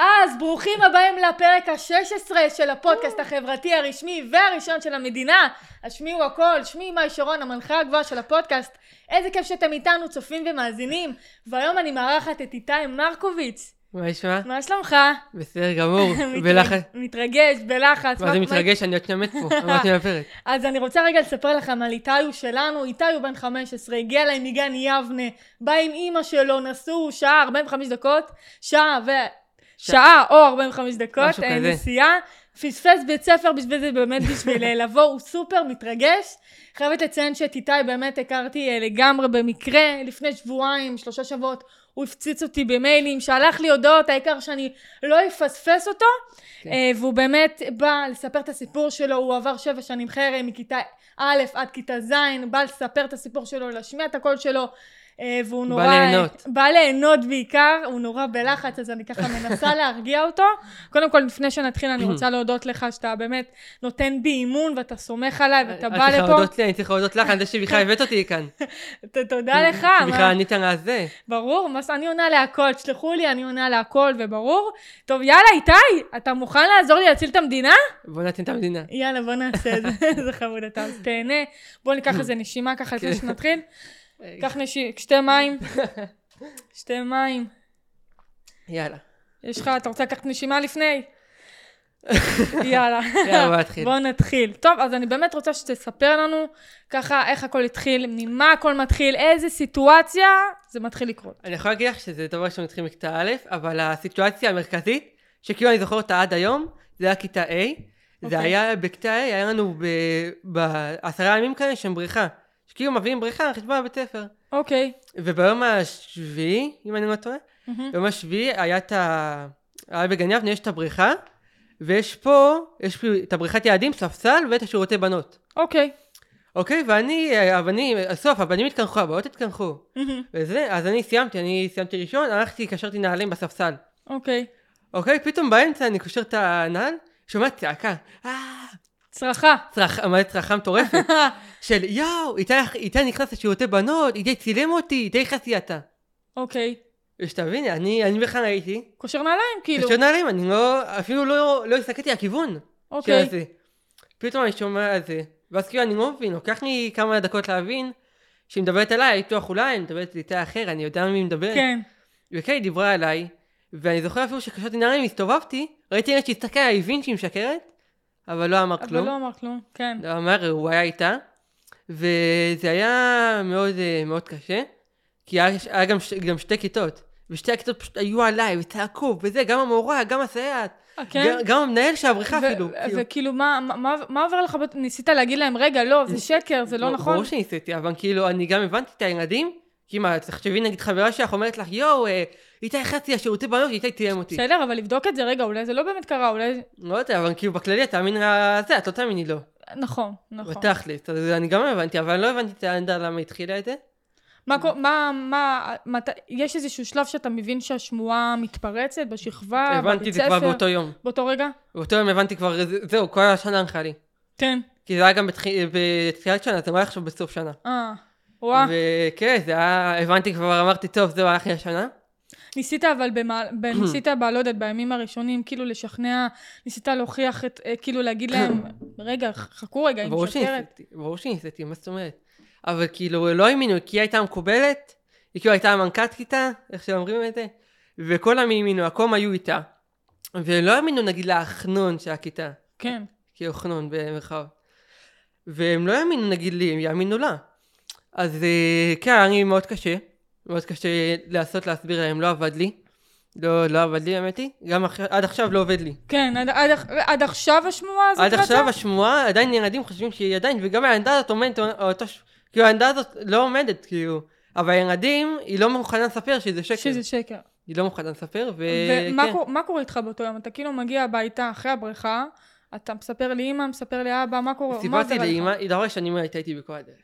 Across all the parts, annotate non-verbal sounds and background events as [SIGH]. אז ברוכים הבאים לפרק ה-16 של הפודקאסט החברתי הרשמי והראשון של המדינה. השמיעו הכל, שמי מאי שרון, המנחה הגבוהה של הפודקאסט. איזה כיף שאתם איתנו, צופים ומאזינים. והיום אני מארחת את איתי מרקוביץ. מה נשמע? מה שלומך? בסדר [LAUGHS] גמור. מתרג- בלחץ. מתרגש, בלחץ. מה זה מתרגש? אני עוד שנייה מת [LAUGHS] פה, אמרתי מהפרק. אז אני רוצה רגע לספר לכם על איתי הוא שלנו, איתי הוא בן 15, הגיע אליי מגן יבנה, בא עם אימא שלו, נסעו שעה 45 דקות, שעה ו... שעה או 45 דקות משהו אה, כזה. נסיעה, פספס בית ספר בשביל זה באמת בשביל אה, לבוא, הוא סופר מתרגש. חייבת לציין שאת איתי באמת הכרתי אה, לגמרי במקרה, לפני שבועיים, שלושה שבועות, הוא הפציץ אותי במיילים, שלח לי הודעות, העיקר שאני לא אפספס אותו. כן. אה, והוא באמת בא לספר את הסיפור שלו, הוא עבר שבע שנים חרם מכיתה א' עד כיתה ז', בא לספר את הסיפור שלו, להשמיע את הקול שלו, אה, והוא נורא... ליהנות. בא ליהנות בעיקר, הוא נורא בלחץ, אז אני ככה [LAUGHS] מנסה להרגיע אותו. קודם כל, לפני שנתחיל, אני [CLEARS THROAT] רוצה להודות לך שאתה באמת נותן בי אימון, ואתה סומך עליי, ואתה בא את צריכה לפה. אה, להודות לי, אני צריך להודות לך על זה שבכלל הבאת אותי [LAUGHS] לכאן. ת- תודה לך. מה- בכלל ענית על זה. ברור, מה, ש- אני עונה להכל, תשלחו לי, אני עונה להכל, וברור. טוב, יאללה, איתי, אתה מוכן לעזור לי להציל את המדינה? בוא נתן את המדינה. יאללה, בוא נעשה את זה, [LAUGHS] זה חמוד אתה, אז תהנה. בוא ניקח איזה נשימה ככה לפני כן. שנתחיל. קח נשימה, שתי [LAUGHS] מים. שתי מים. יאללה. יש לך, אתה רוצה לקחת נשימה [LAUGHS] לפני? יאללה. יאללה, בוא נתחיל. בוא נתחיל. טוב, אז אני באמת רוצה שתספר לנו ככה איך הכל התחיל, ממה הכל מתחיל, איזה סיטואציה זה מתחיל לקרות. אני יכולה להגיד לך שזה דבר ראשון מתחיל מכיתה א', אבל הסיטואציה המרכזית, שכאילו אני זוכר אותה עד היום, זה היה כיתה A. אוקיי. זה היה בכיתה A, היה לנו ב- בעשרה ימים כאלה שם בריכה. שכאילו מביאים בריכה על חשבון הבית ספר. אוקיי. וביום השביעי, אם אני לא טועה, מהמם. יום השביעי היה את ה... היה בגן יבנה, יש את הבריכה, ויש פה, יש פה את הבריכת ילדים, ספסל ואת השירותי בנות. אוקיי. אוקיי, ואני, הבנים, הסוף, הבנים התקנחו, הבאות התקנחו. מהמם. וזה, אז אני סיימתי, אני סיימתי ראשון, הלכתי, קשרתי נעלים בספסל. אוקיי. אוקיי, פתאום באמצע אני קושר את הנעל, שומע צעקה, אה, צרחה. צרח, מה זה צרחה מטורפת, של יואו, איתי, איתי נכנס לשירותי בנות, איתי צילם אותי, איתי נכנסתי אתה. אוקיי. ושתביני, אני, אני בכלל הייתי, קושר נעליים, כאילו. קשר נעלים, אני לא, אפילו לא, לא הסתכלתי על הכיוון אוקיי. של זה. פתאום אני שומע על זה, ואז כאילו אני לא מבין, לוקח לי כמה דקות להבין שהיא מדברת עליי, הייתי בטוח אולי, אני מדברת איתה אחר, אני יודע מי מדברת. כן. וכן, היא דיברה עליי, ואני זוכר אפילו שקשרתי נעלים, הסתובבתי, ראיתי ילד שהסתכל עליי, הבין שהיא משקרת, אבל לא אמר אבל כלום. לא אמר כלום. כן. לא אמר, הוא היה איתה, וזה היה מאוד אה, מאוד קשה, כי היה, היה גם, ש- גם שתי כיתות, ושתי הכיתות פשוט היו עליי, וצעקו, וזה, גם המורה, גם הסייעת, אה, גם, כן? גם המנהל כאילו, של הבריכה ו- אפילו. ו- וכאילו, מה- מה- מה- מה עובר לך? בת- ניסית להגיד להם, רגע, לא, זה שקר, זה לא בר- נכון. ברור שניסיתי, אבל כאילו, אני גם הבנתי את הילדים, כי מה, תחשבי נגיד חברה שלך אומרת לך, יואו, אה, איתי החלטתי לשירותי בנות, איתי תיאם אותי. בסדר, אבל לבדוק את זה, רגע, אולי זה לא באמת קרה, אולי... לא יודע, אבל כאילו בכללי, את תאמין לזה, את לא תאמיני לו. נכון, נכון. בתכלס, אז אני גם הבנתי, אבל אני לא הבנתי את העמדה למה היא התחילה את זה. אה, מה, קו- מה, מה, מת... יש איזשהו שלב שאתה מבין שהשמועה מתפרצת בשכבה, הבנתי בבית את זה כבר ספר? באותו יום. באותו רגע? באותו יום הבנתי כבר, זה- זהו, כל השנה הלכה לי. כן. כי זה היה גם בתח- בתחילת שנה, זה לא היה עכשיו בסוף שנה. אה, וואה. ו... וכן, זה היה, הבנתי כבר, אמרתי, טוב, זהו, הלך לי השנה. ניסית אבל, במה... ב... [CLEARS THROAT] ניסית, ב... לא יודעת, בימים הראשונים, כאילו לשכנע, ניסית להוכיח את, אה, כאילו [CLEARS THROAT] להגיד להם, רגע, ח- חכו רגע, היא ברור כן, משקרת. שניסיתי, ברור שניסיתי, מה זאת אומרת? אבל כאילו, לא האמינו, כי היא הייתה מקובלת, היא כאילו הייתה מנכ"ת כיתה, איך שאומרים את זה, וכל המימינו, הקום היו איתה. ולא האמינו, נגיד, לחנון של הכיתה. כן. כאילו חנון במרחב. והם לא יאמינו נגיד לי, הם יאמינו לה. אז אה, כן, היה לי מאוד קשה. מאוד קשה לעשות, להסביר להם, לא עבד לי. לא, לא עבד לי, האמת היא. גם אח... עד עכשיו לא עובד לי. כן, עד, עד, עד עכשיו השמועה הזאת עד רצה? עכשיו השמועה, עדיין ילדים חושבים שהיא עדיין, וגם העמדה הזאת עומדת, אותו ש... כאילו העמדה הזאת לא עומדת, כאילו. אבל הילדים, היא לא מוכנה לספר שזה שקר. שזה שקר. היא לא מוכנה לספר, ו... ומה כן. קור- מה קורה איתך באותו יום? אתה כאילו מגיע הביתה אחרי הבריכה, אתה מספר לאימא, מספר לאבא, מה קורה? מה עובר סיפרתי לך? לאמא, היא דבר ראשון, אימא הייתה איתי בכל הדרך.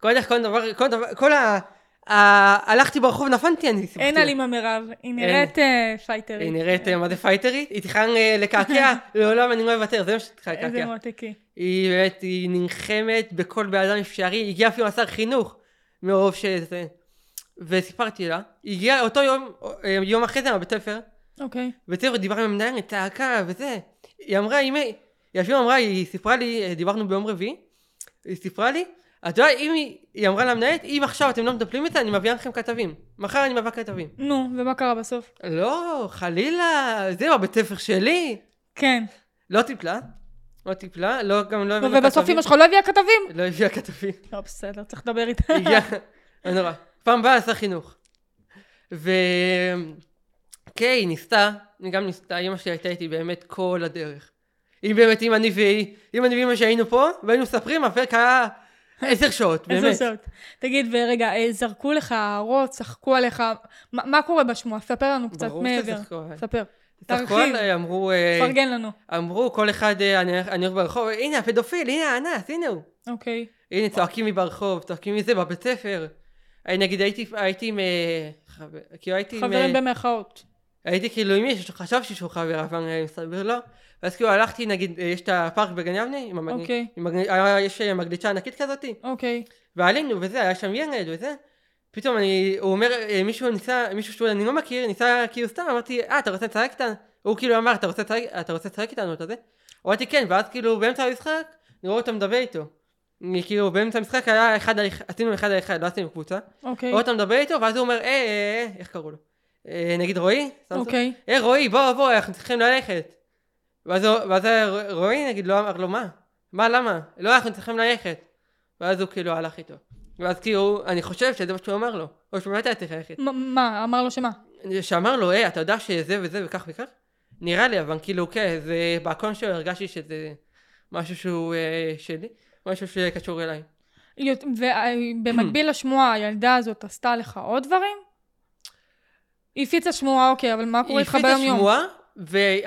כל כך, כל דבר, כל דבר, כל ה... ה- הלכתי ברחוב, נפלתי, אני סיפרתי. אין לה. אלימה מירב, היא נראית אה, פייטרית. היא נראית, אה, מה זה פייטרית? היא צריכה אה, [LAUGHS] לקעקע, לעולם אני לא אוותר, זה מה שצריכה איזה לקעקע. מותקי. היא באמת, היא נלחמת בכל בן אדם אפשרי, היא הגיעה אפילו לשר חינוך, מרוב שזה. וסיפרתי לה, היא הגיעה אותו יום, אה, יום אחרי זה מהבית ספר, אוקיי. בית ספר דיברנו עם המנהלת, צעקה וזה. היא אמרה, אם... היא היא אפילו אמרה, היא סיפרה לי, אה, דיברנו ביום רביעי, היא סיפרה לי, את יודעת, אם היא, היא אמרה למנהלת, אם עכשיו אתם לא מטפלים בזה, אני מביאה לכם כתבים. מחר אני מביאה כתבים. נו, ומה קרה בסוף? לא, חלילה, זהו, הבית ספר שלי. כן. לא טיפלה, לא טיפלה, לא, גם לא הבאנו ובסוף אמא שלך לא הביאה כתבים? לא הביאה כתבים. לא, בסדר, צריך לדבר איתה. הגיע, לא נורא. פעם באה עשה חינוך. ו... כן, היא ניסתה, היא גם ניסתה, אימא שלי הייתה איתי באמת כל הדרך. אם באמת, אם אני והיא, אם אני ואימא שהיינו פה, והיינו מספרים, הפרק היה עשר שעות, [LAUGHS] באמת. איזה זאת. תגיד, ורגע, אה, זרקו לך הערות, צחקו עליך, מה מה קורה בשמוע? ספר לנו קצת ברור מעבר. שצחקו עליי. ספר. סך תרחיב. הכל אה, אמרו, אה, פרגן לנו. אמרו כל אחד, אה, אני אני הולך ברחוב, הנה הפדופיל, הנה האנס, הנה הוא. אוקיי. הנה, צועקים לי ברחוב, צועקים לי זה בבית ספר. אני נגיד הייתי, הייתי עם... אה, חבר- כאילו הייתי עם... אה, חברים במרכאות. הייתי כאילו עם מישהו שחשבתי שהוא חבר, אבל אה, מסתבר לא. ואז כאילו הלכתי, נגיד, אה, יש את הפארק בגן יבנה, עם המגנ- אוקיי. עם מגנ- היה- יש אה, מגלשה ענקית כזאתי, אוקיי. ועלינו וזה, היה שם ילד וזה. פתאום אני, הוא אומר, אה, מישהו ניסה, מישהו שאני לא מכיר, ניסה כאילו סתם, אמרתי, אה, אתה רוצה לשחק איתנו? הוא כאילו אמר, אתה רוצה לשחק אתה רוצה לשחק איתנו, אתה זה? אמרתי, כן, ואז כאילו באמצע המשחק, אני רואה אותו מדבר איתו. אני, כאילו באמצע המשחק היה אחד על אחד, עשינו אחד על אחד, לא עשינו קבוצה. אוקיי. רואה אותו מדבר איתו, ואז הוא אומר, אה, אה, אה, איך קראו לו? אה, נגיד רועי? סמסון? אוקיי. היי אה, רועי, בוא, בוא, אנחנו צריכים ללכת. ואז, הוא- ואז ר- רועי נגיד לא אמר לו, מה? מה, למה? לא, אנחנו צריכים ללכת. ואז הוא כאילו הלך איתו. ואז כאילו, אני חושב שזה מה שהוא אמר לו. או שבאמת היה צריך ללכת. מ- מה, אמר לו שמה? שאמר לו, היי, אתה יודע שזה וזה וכך וכך? נראה לי, אבל כאילו, כן, זה, באקון שלו הרגשתי שזה משהו שהוא אה, שלי, משהו שקשור אליי. ובמקביל לשמועה, הילדה הזאת עשתה לך עוד דברים? היא הפיצה שמועה, אוקיי, אבל מה קורה איתך ביום היא הפיצה יום? שמועה, והיא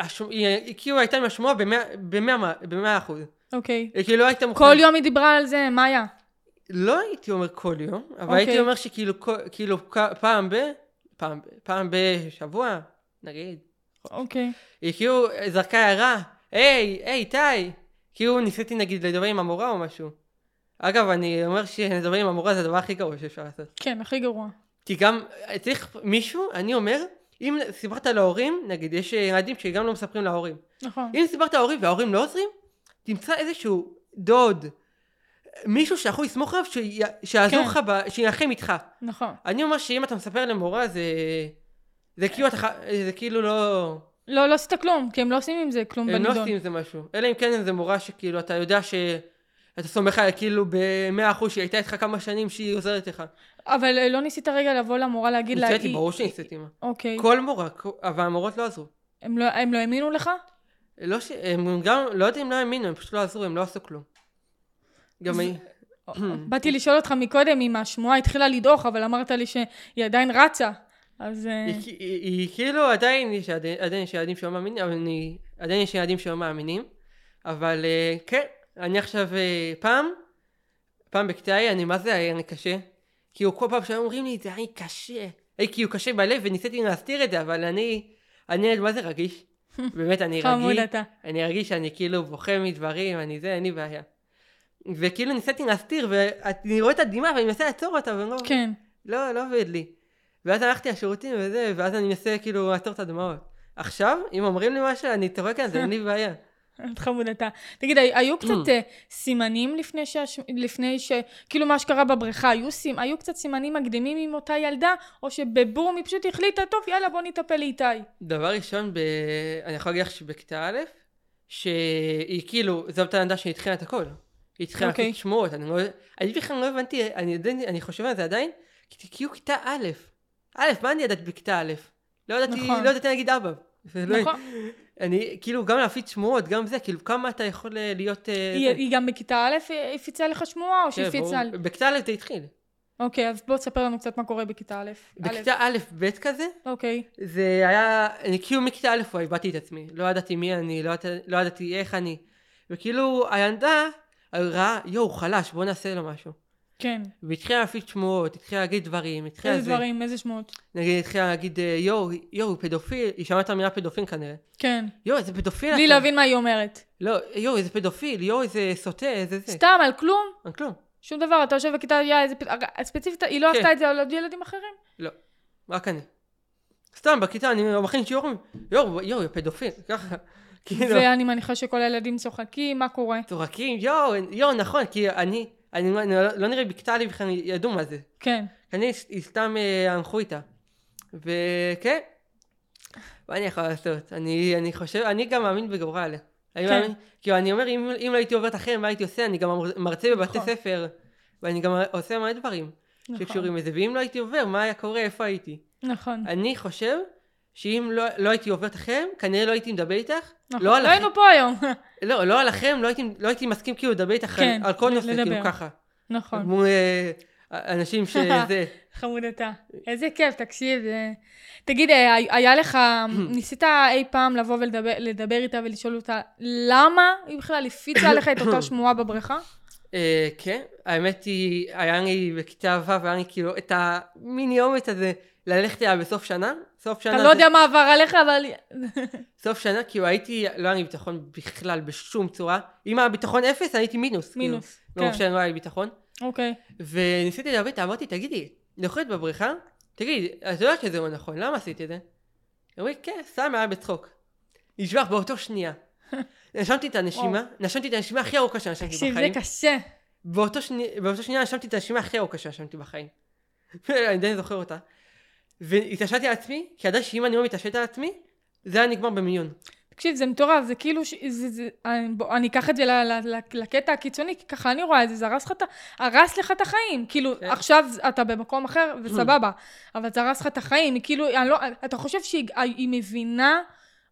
היא כאילו הייתה עם השמועה במאה- במאה במאה אחוז. אוקיי. היא כאילו לא הייתה מוכנה. כל יום היא דיברה על זה, מה היה? לא הייתי אומר כל יום, אבל אוקיי. הייתי אומר שכאילו כל- כאילו כ- פעם ב... פעם, ב- פעם בשבוע, נגיד. אוקיי. היא כאילו זרקה הערה, היי, היי, טאי. כאילו ניסיתי נגיד לדבר עם המורה או משהו. אגב, אני אומר שלדבר עם המורה זה הדבר הכי גרוע שאפשר לעשות. כן, הכי גרוע. כי גם צריך מישהו, אני אומר, אם סיפרת להורים, נגיד, יש ילדים שגם לא מספרים להורים. נכון. אם סיפרת להורים וההורים לא עוזרים, תמצא איזשהו דוד, מישהו שאנחנו נסמוך עליו, שי- שיעזור כן. לך, ב- שינחם איתך. נכון. אני אומר שאם אתה מספר למורה זה... זה כאילו אתה... ח- זה כאילו לא... לא, לא עשית כלום, כי הם לא עושים עם זה כלום הם לא בנידון. עושים עם זה משהו. אלא אם כן זה מורה שכאילו אתה יודע ש... אתה סומך עליה כאילו במאה אחוז שהיא הייתה איתך כמה שנים שהיא עוזרת לך. אבל אה, לא ניסית רגע לבוא למורה להגיד לה... ניסיתי, היא- ברור שניסיתי. מה. אוקיי. כל מורה, כל- אבל המורות לא עזרו. הם לא- הם לא האמינו [CLEARS THROAT] לך? לא ש... הם גם, לא יודעים, לא האמינו, הם פשוט לא עזרו, הם לא עשו כלום. גם אז- היא... באתי לשאול אותך מקודם אם השמועה התחילה לדעוך, אבל אמרת לי שהיא עדיין רצה. אז... אה, היא, היא, היא כאילו עדיין יש, עדיין, עדיין יש ילדים שלא מאמינים, אבל אני, עדיין יש ילדים שלא מאמינים, אבל אה, כן, אני עכשיו אה, פעם, פעם בכיתה ה', אני מה זה היה לי קשה, כאילו כל פעם שהיו אומרים לי זה היה לי קשה, היה כאילו קשה בלב וניסיתי להסתיר את זה, אבל אני, אני ילד מה זה [LAUGHS] רגיש, באמת אני חמוד רגיש, אתה. אני רגיש שאני כאילו בוכה מדברים, אני זה, אין לי בעיה. וכאילו ניסיתי להסתיר, ואני רואה את הדמעה ואני מנסה לעצור אותה, ואני לא... כן. לא, לא עובד לי. ואז הלכתי לשירותים וזה, ואז אני מנסה כאילו לעצור את הדמעות. עכשיו, אם אומרים לי משהו, אני צוחק על זה, [LAUGHS] אין לי בעיה. חמוד אתה. תגיד, הי- Mm. היו קצת אה, סימנים לפני שהש... לפני ש... כאילו מה שקרה בבריכה, היו, סימ... היו קצת סימנים מקדימים עם אותה ילדה, או שבבום היא פשוט החליטה, טוב, יאללה, בוא נטפל לאיתי. דבר ראשון, ב... אני יכול להגיד לך שבכיתה א', שהיא כאילו, זו אותה ילדה שהתחילה את הכל. היא התחילה אוקיי. לעשות שמועות, אני לא... אני בכלל לא הבנתי, אני, עדיין- אני חושב על זה עדיין, כי זה כאילו כיתה א'. א', מה אני ידעת בכיתה א'? לא ידעתי, נכון. לא ידעתי להגיד אבא. זה לא- נכון? אני, כאילו, גם להפיץ שמועות, גם זה, כאילו, כמה אתה יכול אה, להיות... אה, היא, זה. היא גם בכיתה א' הפיצה לך שמועה, או כן, שהפיצה... ברור. על- בכיתה א' זה התחיל. אוקיי, אז בוא תספר לנו קצת מה קורה בכיתה א'. בכיתה א', ב' כזה, א', אוקיי. זה היה, אני כאילו מכיתה א' כבר הבעתי את עצמי, לא ידעתי מי אני, לא, ידע, לא ידעתי איך אני, וכאילו הילדה ראה, יואו, הוא חלש, בוא נעשה לו משהו. כן. והיא התחילה להפיץ שמועות, התחילה להגיד דברים, התחילה איזה זה. דברים, איזה שמות. נגיד, התחילה להגיד, אה, יואו, יואו, הוא פדופיל, היא שמעה את המילה פדופיל כנראה. כן. יואו, איזה פדופיל בלי אתה. להבין מה היא אומרת. לא, יואו, איזה פדופיל, יואו, איזה סוטה, איזה זה. סתם, על כלום? אין כלום. שום דבר, אתה יושב בכיתה, יא, איזה... פת- אג- ספציפית, היא לא כן. עשתה את זה על עוד ילדים אחרים? לא, רק אני. סתם, בכיתה אני מכין שיעורים, יואו, יואו, יא פדופיל, ככה. [LAUGHS] כאילו, ואני מניחה שכל הילדים צוחקים, מה קורה? צוחקים, יואו, יואו, נכון, כי אני, אני לא- אני לא- לא נראה בקטע לי בכלל ידעו מה זה. כן. אני, היא סתם אה, הלכו איתה. וכן, מה אני יכול לעשות? אני, אני חושב, אני גם מאמין בגבורה עליה. אני כן. מאמין, כאילו אני אומר, אם, אם לא הייתי עוברת אחרת, מה הייתי עושה? אני גם מר- מרצה בבתי נכון. ספר, ואני גם עושה מלא דברים נכון. שקשורים אה, לזה, ואם לא הייתי עובר, מה היה קורה, איפה הייתי? נכון. אני חושב שאם לא, לא הייתי עוברת אחריהם, כנראה לא הייתי מדבר איתך. נכון. לא, על לא הח- היינו פה היום. [LAUGHS] לא, לא עליכם, לא הייתי, לא הייתי מסכים כאילו לדבר איתך כן, על, על כל ל- נושא, לדבר. כאילו ככה. נכון. כמו אה, [LAUGHS] אנשים שזה... חמודתה. איזה כיף, תקשיב. זה- תגיד, אה, היה [CLEARS THROAT] לך, ניסית אי פעם לבוא ולדבר לדבר איתה ולשאול אותה למה היא בכלל הפיצה עליך את [COUGHS] אותה שמועה בבריכה? אה, כן, האמת היא, היה לי בכיתה ו', היה לי כאילו את המיני אומץ הזה ללכת אליה בסוף שנה. סוף שנה, אתה זה- לא יודע מה עבר עליך, אבל... [COUGHS] סוף שנה, כאילו הייתי, לא היה לי ביטחון בכלל בשום צורה. אם היה ביטחון אפס, אני הייתי מינוס. כאילו. מינוס. ברור כן. שאני לא היה לי ביטחון. אוקיי. וניסיתי לדבר איתה, אמרתי, תגידי, נוחת בבריכה? תגידי, את יודעת שזה לא נכון, למה עשית את זה? היא אומרת, כן, סתם היה בצחוק. נשבח באותו [LAUGHS] שנייה. נשמתי את הנשימה, נשמתי את הנשימה הכי ארוכה שנשמתי בחיים. תקשיב, זה קשה. באותו, שני, באותו שנייה נשמתי את הנשימה הכי ארוכה שנשמתי בחיים. [LAUGHS] אני עדיין זוכר אותה. והתעשתי על עצמי, כי ידעתי שאם אני לא מתעשת על עצמי, זה היה נגמר במיון. תקשיב, זה מטורף, זה כאילו, ש... זה, זה... אני, בוא, אני אקח את זה ל, ל, ל, לקטע הקיצוני, כי ככה אני רואה את זה, זה הרס לך, את ה- הרס לך את החיים. כאילו, כן. Mm. עכשיו אתה במקום אחר, וסבבה, אבל זה הרס לך את החיים, היא כאילו, אני לא, אתה חושב שהיא היא מבינה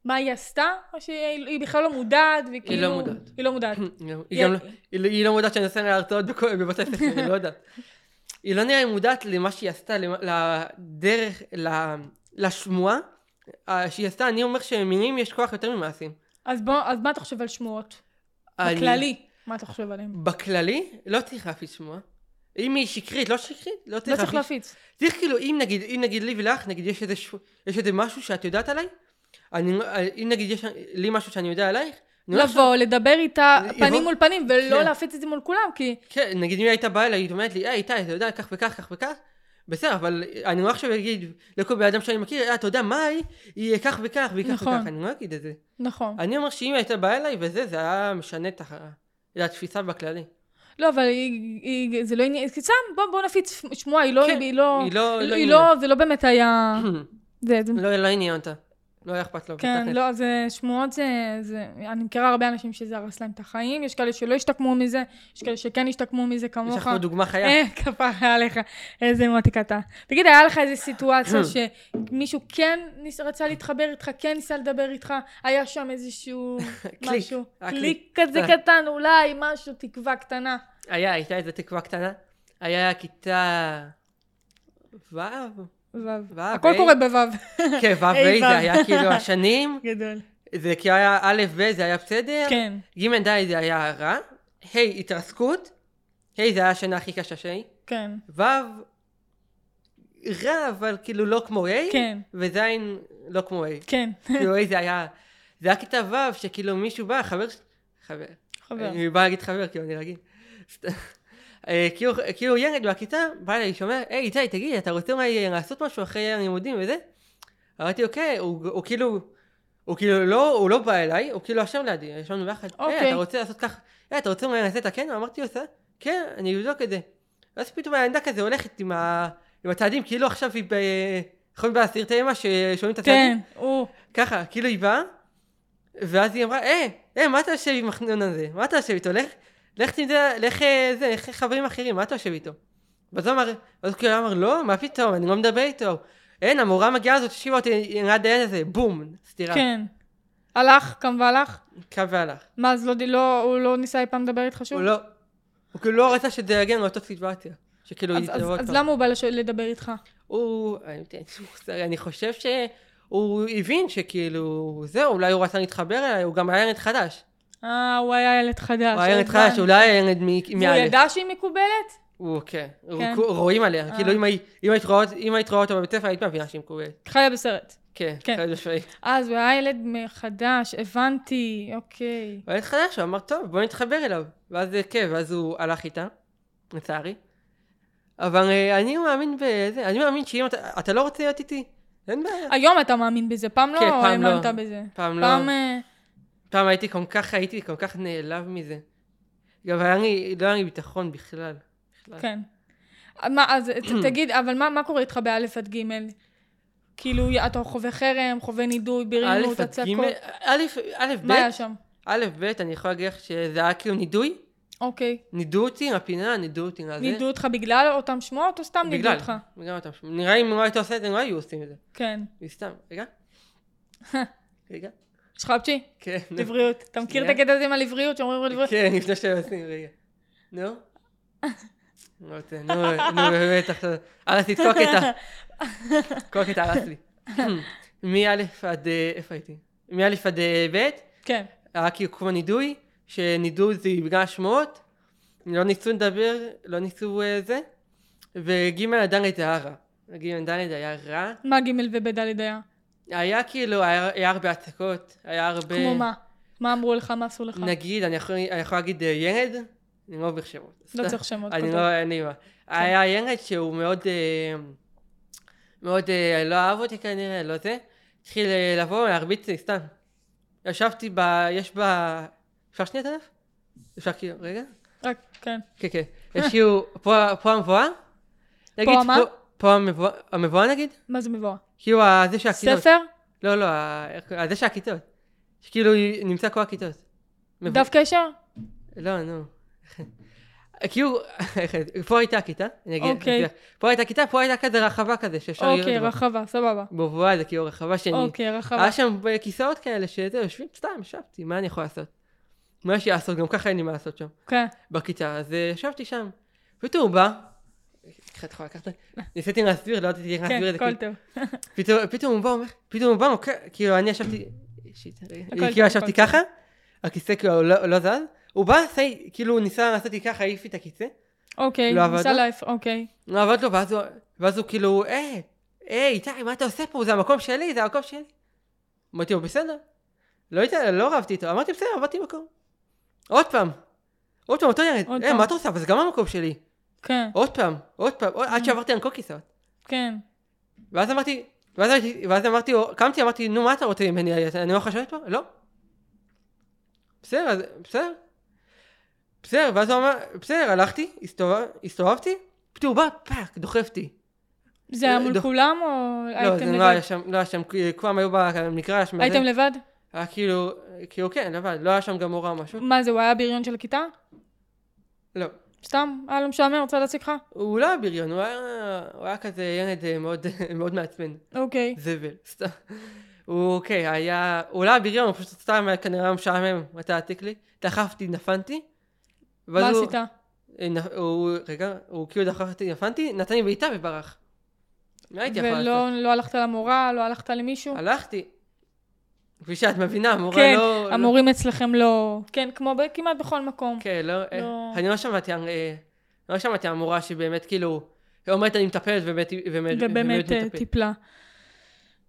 מה היא עשתה, או שהיא היא בכלל לא מודעת, וכאילו... לא מודעת. היא לא מודעת. [CLEARS THROAT] [LAUGHS] היא גם לא, היא לא- היא לא מודעת שאני עושה לה הרצאות בכל- בבתי הספר, היא לא יודעת. היא לא נראה לי מודעת למה שהיא עשתה, למה- לדרך, ל- לשמועה אה, שהיא עשתה. אני אומר שמילים יש כוח יותר ממעשים. אז, בוא, אז מה אתה חושב על שמועות? אני- בכללי, מה אתה חושב עליהן? בכללי, לא צריך להפיץ שמועה. אם היא שקרית, לא שקרית, לא לא צריך צריך להפיץ להפיץ. צריך כאילו, אם נגיד, אם נגיד לי ולך, נגיד יש איזה, ש... יש איזה משהו שאת יודעת עליי, אני, לא- אם נגיד יש לי משהו שאני יודע עלייך, אני לא עכשיו- לבוא, לדבר איתה יבוא- פנים מול פנים, ולא כן. להפיץ את זה מול כולם, כי... כן, נגיד אם היא הייתה באה אליי, היא אומרת לי, היי איתי, אתה יודע כך וכך, כך וכך, בסדר, אבל אני לא עכשיו אגיד לכל בן אדם שאני מכיר, "אה, אתה יודע מה היא, היא כך וכך, והיא כך נכון. וכך, אני לא אגיד את זה. נכון. אני אומר שאם היא הייתה באה אליי וזה, זה היה משנה את ה- את התפיסה בכללי. לא, אבל היא, היא, זה לא עניין, סתם, בוא, בוא נפיץ שמועה, היא לא, כן, היא לא, היא לא- היא לא היא לא, זה לא באמת היה, [CLEARS THROAT] זה, זה, לא, לא עניין אותה, לא היה אכפת לו. כן, בתכלס. לא, זה שמועות, זה, זה, אני מכירה הרבה אנשים שזה הרס להם את החיים, יש כאלה שלא השתקמו מזה, יש כאלה שכן השתקמו מזה יש כמוך. לך פה דוגמה חיה. אה, [LAUGHS] כפרה עליך, איזה מותק אתה. תגיד, היה לך איזה [CLEARS THROAT] סיטואציה שמישהו כן ניס- רצה להתחבר איתך, כן ניסה לדבר איתך, היה שם [LAUGHS] איזשהו קליק, אה. משהו, היה קליק כזה קטן, אולי משהו, תקווה קטנה. היה, הייתה איזו תקווה קטנה. היה כיתה... [LAUGHS] ו', וו. ו', הכל ה'. קורה בוו. כן, היי, ו', ה', אה, ו'. זה היה כאילו השנים. גדול. זה כי היה א', ב', זה היה בסדר. כן. ג', ד', זה היה רע. ה', התרסקות. ה', זה היה השנה הכי קשה שלי. כן, ו', רע, אבל כאילו לא כמו ה'. כן. וז', לא כמו ה'. כן, כאילו ה' זה היה... זה היה כיתה ו', שכאילו מישהו בא, חבר... ש- חבר. חבר. אני בא להגיד חבר, כאילו, אני רגיל. סת- אה, כאילו- כאילו ילד בכיתה, בא אליי, שומע, היי, איתי, תגיד, אתה רוצה אולי לעשות משהו אחרי הלימודים וזה? אמרתי, אוקיי, הוא הוא כאילו, הוא כאילו לא, הוא לא בא אליי, הוא כאילו ישב לידי, ישבנו ביחד, היי, אוקיי. אתה רוצה לעשות כך, היי, אתה רוצה אולי לעשות את הקן? אמרתי, עושה, כן, אני אבדוק את זה. ואז פתאום הילדה כזה הולכת עם ה- עם הצעדים, כאילו עכשיו היא ב... יכול להיות באסיר תימה ששומעים את הצעדים? כן, הוא. ככה, כאילו היא באה, ואז היא אמרה, אה, אה, מה אתה יושב עם החנון הזה? מה אתה יושב איתו? לך, לך תדע, לך אה, זה, לך חברים אחרים, מה אתה יושב איתו? ואז הוא אמר, ואז הוא כאילו אמר, לא, מה פתאום, אני לא מדבר איתו. אין, המורה מגיעה הזאת, השיבה אותי, היא נראה דיין הזה, בום, סטירה. כן. כן. הלך, קם והלך. קם והלך. מה, אז לא, לא, הוא לא ניסה אי פעם לדבר איתך שוב? הוא לא, הוא כאילו לא רצה שזה יגן לאותה סיטואציה. שכאילו, אז, היא אז, תבוא אז לא כבר. למה הוא בא לש... לדבר איתך? הוא, אני לא יודע, אין מושג, אני חושב שהוא הבין שכאילו, זהו, אולי הוא רצה להתחבר אליי, הוא גם היה ילד חדש. אה, הוא היה ילד חדש. הוא היה ילד הבנתי. חדש, אולי היה ילד מ- והוא מא'. ידע שהיא מקובלת? הוא, כן, הוא- כן. רואים עליה, כאילו אם היית- אם היית רואה- אם היית רואה אותו בבית ספר, היית מבינה שהיא מקובלת. חיה בסרט. כן, כן. חד משמעית. אז הוא היה ילד חדש, הבנתי, אוקיי. הוא היה חדש, הוא אמר, טוב, בוא נתחבר אליו. ואז אה, כן, ואז הוא הלך איתה, לצערי. אבל אה, אני מאמין בזה, אני מאמין שאם אתה, אתה לא רוצה להיות איתי, אין בעיה. היום אתה מאמין בזה, פעם לא כן, פעם האמנת לא. בזה. פעם לא, פעם... אה, פעם הייתי כל כך, הייתי כל כך נעלב מזה. גם היה לי, לא היה לי ביטחון בכלל. בכלל. כן. מה, אז ת- תגיד, אבל מה- מה קורה איתך באלף עד ג'? כאילו, אתה חווה חרם, חווה נידוי, בריונות, א', עד ג', הצעקות. א', א', מה היה ב', שם? א', ב', אני יכולה להגיד לך שזה היה כאילו נידוי. אוקיי. נידו אותי מהפינה, נידו אותי מהזה. נידו אותך בגלל אותם שמועות, או סתם נידו בגלל, אותך? בגלל אותם. נראה לי אם לא היית עושה את זה, לא היו עושים את זה. כן. סתם, [LAUGHS] רגע. רגע. שחבצ'י, [LAUGHS] כן. נו. לבריאות. אתה מכיר את שנייה. הקטע הזה עם הלבריות, שאומרים לבריאות? [LAUGHS] כן, לפני שאתם עושים, רגע. נו? [LAUGHS] לא רוצה, נו, נו, באמת, עכשיו. הרס לי את כל הקטע. כל הקטע הרס [LAUGHS] לי. מא' עד, אה, איפה הייתי? מא' עד אה, ב', כן. היה כאילו כמו נידוי, שנידו זה בגלל השמועות, לא ניסו לדבר, לא ניסו אה, זה, וג' ד' היה רע. ג' ד' היה רע. מה ג' וב' ד' היה? היה כאילו, היה היה הרבה הצקות, היה הרבה... כמו מה? נכון. מה אמרו לך, מה עשו לך? נגיד, אני יכול, אני יכול להגיד אה, ילד, אני לא אוהב שמות. לא צריך שמות. אני כותב. לא, אין לי מה. כן. היה ילד שהוא מאוד, אה, מאוד אה, לא אהב אותי כנראה, לא זה. התחיל אה, לבוא ולהרביץ לי, סתם. ישבתי ב... יש ב... אפשר שנייה את הדף? אפשר כאילו, רגע? רק, כן. כן, כן. [LAUGHS] יש כאילו, פה, פה המבואה? נגיד, פה מה? פה המבואה, המבואה נגיד? מה זה מבואה? כאילו, ה- זה שהכיתות. ספר? לא, לא, ה- איך- ה- זה שהכיתות. שכאילו נמצא כל הכיתות. מבוא- דף קשר? לא, נו. כאילו, פה הייתה הכיתה, אני אגיד, אוקיי. אסביר. פה הייתה כיתה, פה הייתה כזה רחבה כזה, שאפשר לראות. אוקיי, בה. רחבה, סבבה. בבואה זה כאילו רחבה שאני... אוקיי, רחבה. היה שם אה, כיסאות כאלה, שזה, יושבים סתם, ישבתי, מה אני יכול לעשות? מה יש לי לעשות? גם ככה אין לי מה לעשות שם, כן. בכיתה, אז אה, ישבתי שם. פתאום הוא בא, קחת, יכולה לקחת? ניסיתי להסביר, לא ידעתי איך כן, להסביר את זה. הכל כאילו. טוב. פתאום, פתאום הוא בא, אומר, פתאום הוא בא, אוקיי, כאילו אני ישבתי, שיט, הכל כאילו טוב, הכל ישבתי טוב. ככה, הכיסא כאילו לא לא זז, הוא בא, עשה לי- כאילו הוא ניסה לעשות לי ככה, העיף לי את הכיסא, אוקיי, לא עבד ניסה לו? להפ... אוקיי. לא עבד לו, ואז הוא- ואז הוא כאילו, אה, אה, איתי, מה אתה עושה פה? זה המקום שלי, זה המקום שלי. אמרתי לו, בסדר. לא הייתה, לא רבתי איתו, אמרתי, בסדר, עבדתי מקום. עוד פעם, עוד פעם, אותו עוד ילד, אה, פעם. מה אתה עושה? אבל זה גם המקום שלי. כן, עוד פעם, עוד פעם, עוד- Mm. עד שעברתי על כל כיסאות. כן. ואז אמרתי, ואז, הייתי- ואז אמרתי, לו- קמתי, אמרתי, נו, מה אתה רוצה ממני? אני לא חושבת פה? לא. בסדר, אז- בסדר. בסדר, ואז הוא אמר, בסדר, הלכתי, הסתובב, הסתובבתי, פתאום הוא בא, פאק, דוחפתי. זה היה לא, מול דוח- כולם או לא, הייתם זה לא לבד? היה שם, לא היה שם, כולם היו במגרש, מה זה? הייתם לבד? היה כאילו, כאילו כן, לבד, לא היה שם גם מורה או משהו. מה זה, הוא היה בריון של הכיתה? לא. סתם? היה לו משעמם, רוצה להציג לך? הוא לא היה בריון, הוא היה, הוא היה כזה ילד אה, מאוד, [LAUGHS] מאוד מעצבן. אוקיי. זבל, סתם. הוא אוקיי, היה, הוא לא היה בריון, הוא פשוט סתם היה כנראה משעמם, אתה העתיק לי. דחפתי, נפנתי. ואז מה הוא- עשית? אה, נ- הוא, רגע, הוא כאילו דחפתי, נפנתי, נתן לי בעיטה וברח. מה הייתי יכול לעשות? אה, ולא לא הלכת למורה, לא הלכת למישהו? הלכתי. כפי שאת מבינה, המורה כן, לא... לא- המורים אצלכם לא... כן, כמו ב- כמעט בכל מקום. כן, לא... אה, לא. אני לא שמעתי, אה, לא שמעתי על מורה שבאמת כאילו, אומרת אני מטפלת ובאמת ובאמת- ובאמת אה, מטפלת. טיפלה.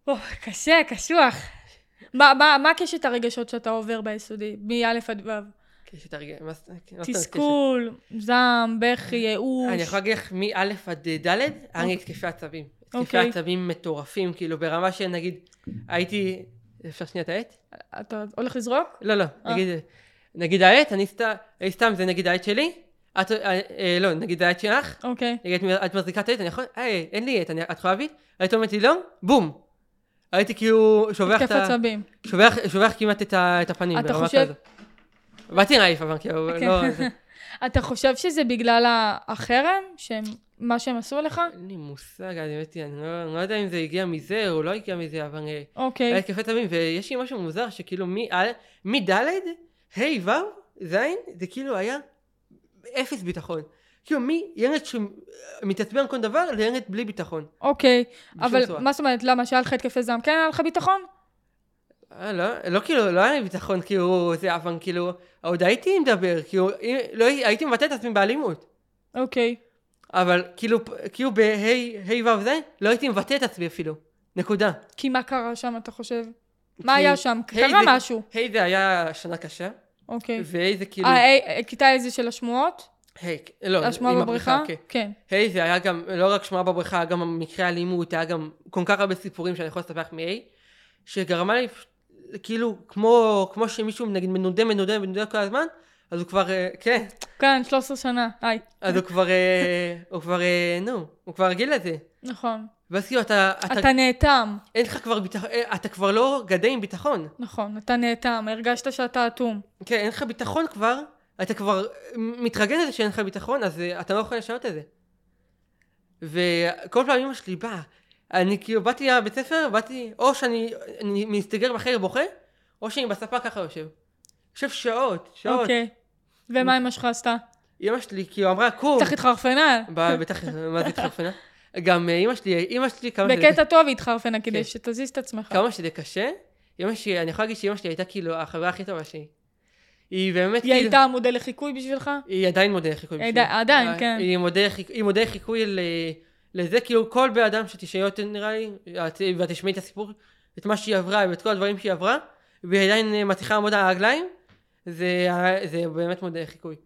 אוי, קשה, קשוח. מה- מה מה קשת הרגשות שאתה עובר ביסודי, מא' עד ו'? כן, שתרגיע, מה זאת- מה זאת אומרת, תסכול, זעם, בכי, ייאוש. אני יכולה להגיד לך מא' עד ד', היה לי התקפי עצבים. התקפי אוקיי. עצבים מטורפים, כאילו ברמה שנגיד, הייתי, אפשר שנייה את העט? אתה הולך לזרוק? לא, לא, אה. נגיד, נגיד העט, אני סתם, אני סתם, זה נגיד העט שלי, את, אה, אה, לא, נגיד העט שלך, אוקיי. נגיד את- את מחזיקה את העט, אני יכול, אה, אין לי עט, אני- את יכולה להביא? היית אומרת לי לא, בום. הייתי כאילו שובח את התקף ה... עצבים. שובח, שובח כמעט את, ה, את הפנים, אתה ברמה חושב- כזו. באתי להעיף, אבל כאילו, כן. לא, זה- אתה חושב שזה בגלל ה- החרם? שהם, מה שהם עשו לך? אין לי מושג, אני באמת, אני לא, אני לא יודע אם זה הגיע מזה או לא הגיע מזה, אבל אה, היה אוקיי. התקפי תמים, ויש לי משהו מוזר שכאילו מעל- מד', ה', ו', ז', זה כאילו היה אפס ביטחון. כאילו מילד שמתעצבן על כל דבר לילד בלי ביטחון. אוקיי. בשום אבל צורה. מה זאת אומרת? למה? שהיה לך התקפי זעם? כן, היה לך ביטחון? אה, לא, לא כאילו, לא היה לי ביטחון, כאילו, זה, אבל כאילו, עוד הייתי מדבר, כאילו, אם- לא, הי- הייתי מבטא את עצמי באלימות. אוקיי. אבל כאילו, כאילו בה' ו' זה, לא הייתי מבטא את עצמי אפילו. נקודה. כי מה קרה שם, אתה חושב? מה כי- היה שם? היי קרה זה- משהו. ה' זה היה שנה קשה, אוקיי. וה' זה כאילו... אה, היי, כיתה איזה של השמועות? היי, לא, השמועה עם בבריכה? כן. כן. היי זה היה גם, לא רק שמועה בבריכה, היה גם מקרי אלימות, היה גם כל כך הרבה סיפורים שאני יכול לספר לך מהיי, שגרמה לי פשוט- כאילו, כמו, כמו שמישהו נגיד מנודה, מנודה, מנודה כל הזמן, אז הוא כבר, אה, כן, כן, 13 שנה. היי. אז הוא כבר, [LAUGHS] אה, הוא כבר, אה, נו, הוא כבר רגיל לזה. נכון. ואז כאילו אתה, אתה, אתה נאטם. אין לך כבר ביטחון, אתה כבר לא גדל עם ביטחון. נכון, אתה נאטם. הרגשת שאתה אטום. כן, אין לך ביטחון כבר, אתה כבר מתרגל לזה שאין לך ביטחון, אז אה, אתה לא יכול לשנות את זה. וכל פעם אמא שלי באה, אני כאילו באתי לבית ספר, באתי, או שאני אני מסתגר בחדר בוכה, או שאני בספה ככה יושב. יושב שעות, שעות. אוקיי. ומה אמא שלך עשתה? אמא שלי כאילו אמרה, קום. צריך אה? להתחרפנה. באה, בטח, מה זה התחרפנה? גם אה, אמא שלי, אמא שלי, כמה שזה- בקטע טוב התחרפנה, כדי כן. שתזיז את עצמך. כמה שזה קשה, אמא שלי, אני יכולה להגיד שאמא שלי הייתה כאילו החברה הכי טובה שלי. היא באמת היא כאילו... הייתה מודל לחיקוי בשבילך? היא עדיין מודל חיקוי. היא בשבילי. עדי- עדיין, אה, כן. היא מודל, חיק- היא מודל חיקוי ל... לזה, כאילו כל בן אדם שתשאלי אותי נראה לי, את- ואת תשמעי את הסיפור, את מה שהיא עברה ואת כל הדברים שהיא עברה, והיא עדיין אה, מצליחה לעמוד על הרגליים, זה, ה- זה באמת מודל חיקוי.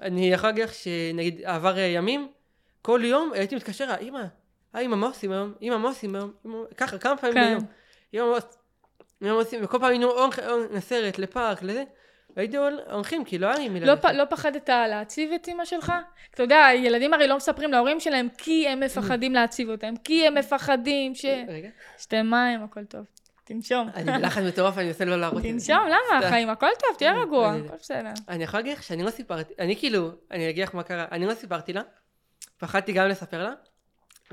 אני יכול להגיד לך שנגיד עבר אה, ימים, כל יום הייתי מתקשר, לה, אמא, אה אמא מה עושים היום? אמא מה עושים היום? אמא, ככה כמה פעמים כן. ביום. אמא מה עושים? אמא מה עושים? וכל פעם היינו הולכים- הולכים לסרט, לפארק, לזה. והיינו הולכים, כי לא היה לי מי לא, ללכת. פ, לא פחדת להציב את אימא שלך? אתה יודע, ילדים הרי לא מספרים להורים שלהם כי הם מפחדים להציב אותם, כי הם מפחדים ש... רגע. שתי מים, הכל טוב. תנשום. אני בלחץ מטורף, אני מנסה לא להראות את זה. [LAUGHS] תנשום, למה? סתם. החיים, הכל טוב, תהיה רגוע, אני- הכל בסדר. אני יכולה להגיד לך שאני לא סיפרתי, אני כאילו, אני אגיד לך מה קרה, אני לא סיפרתי לה, פחדתי גם לספר לה,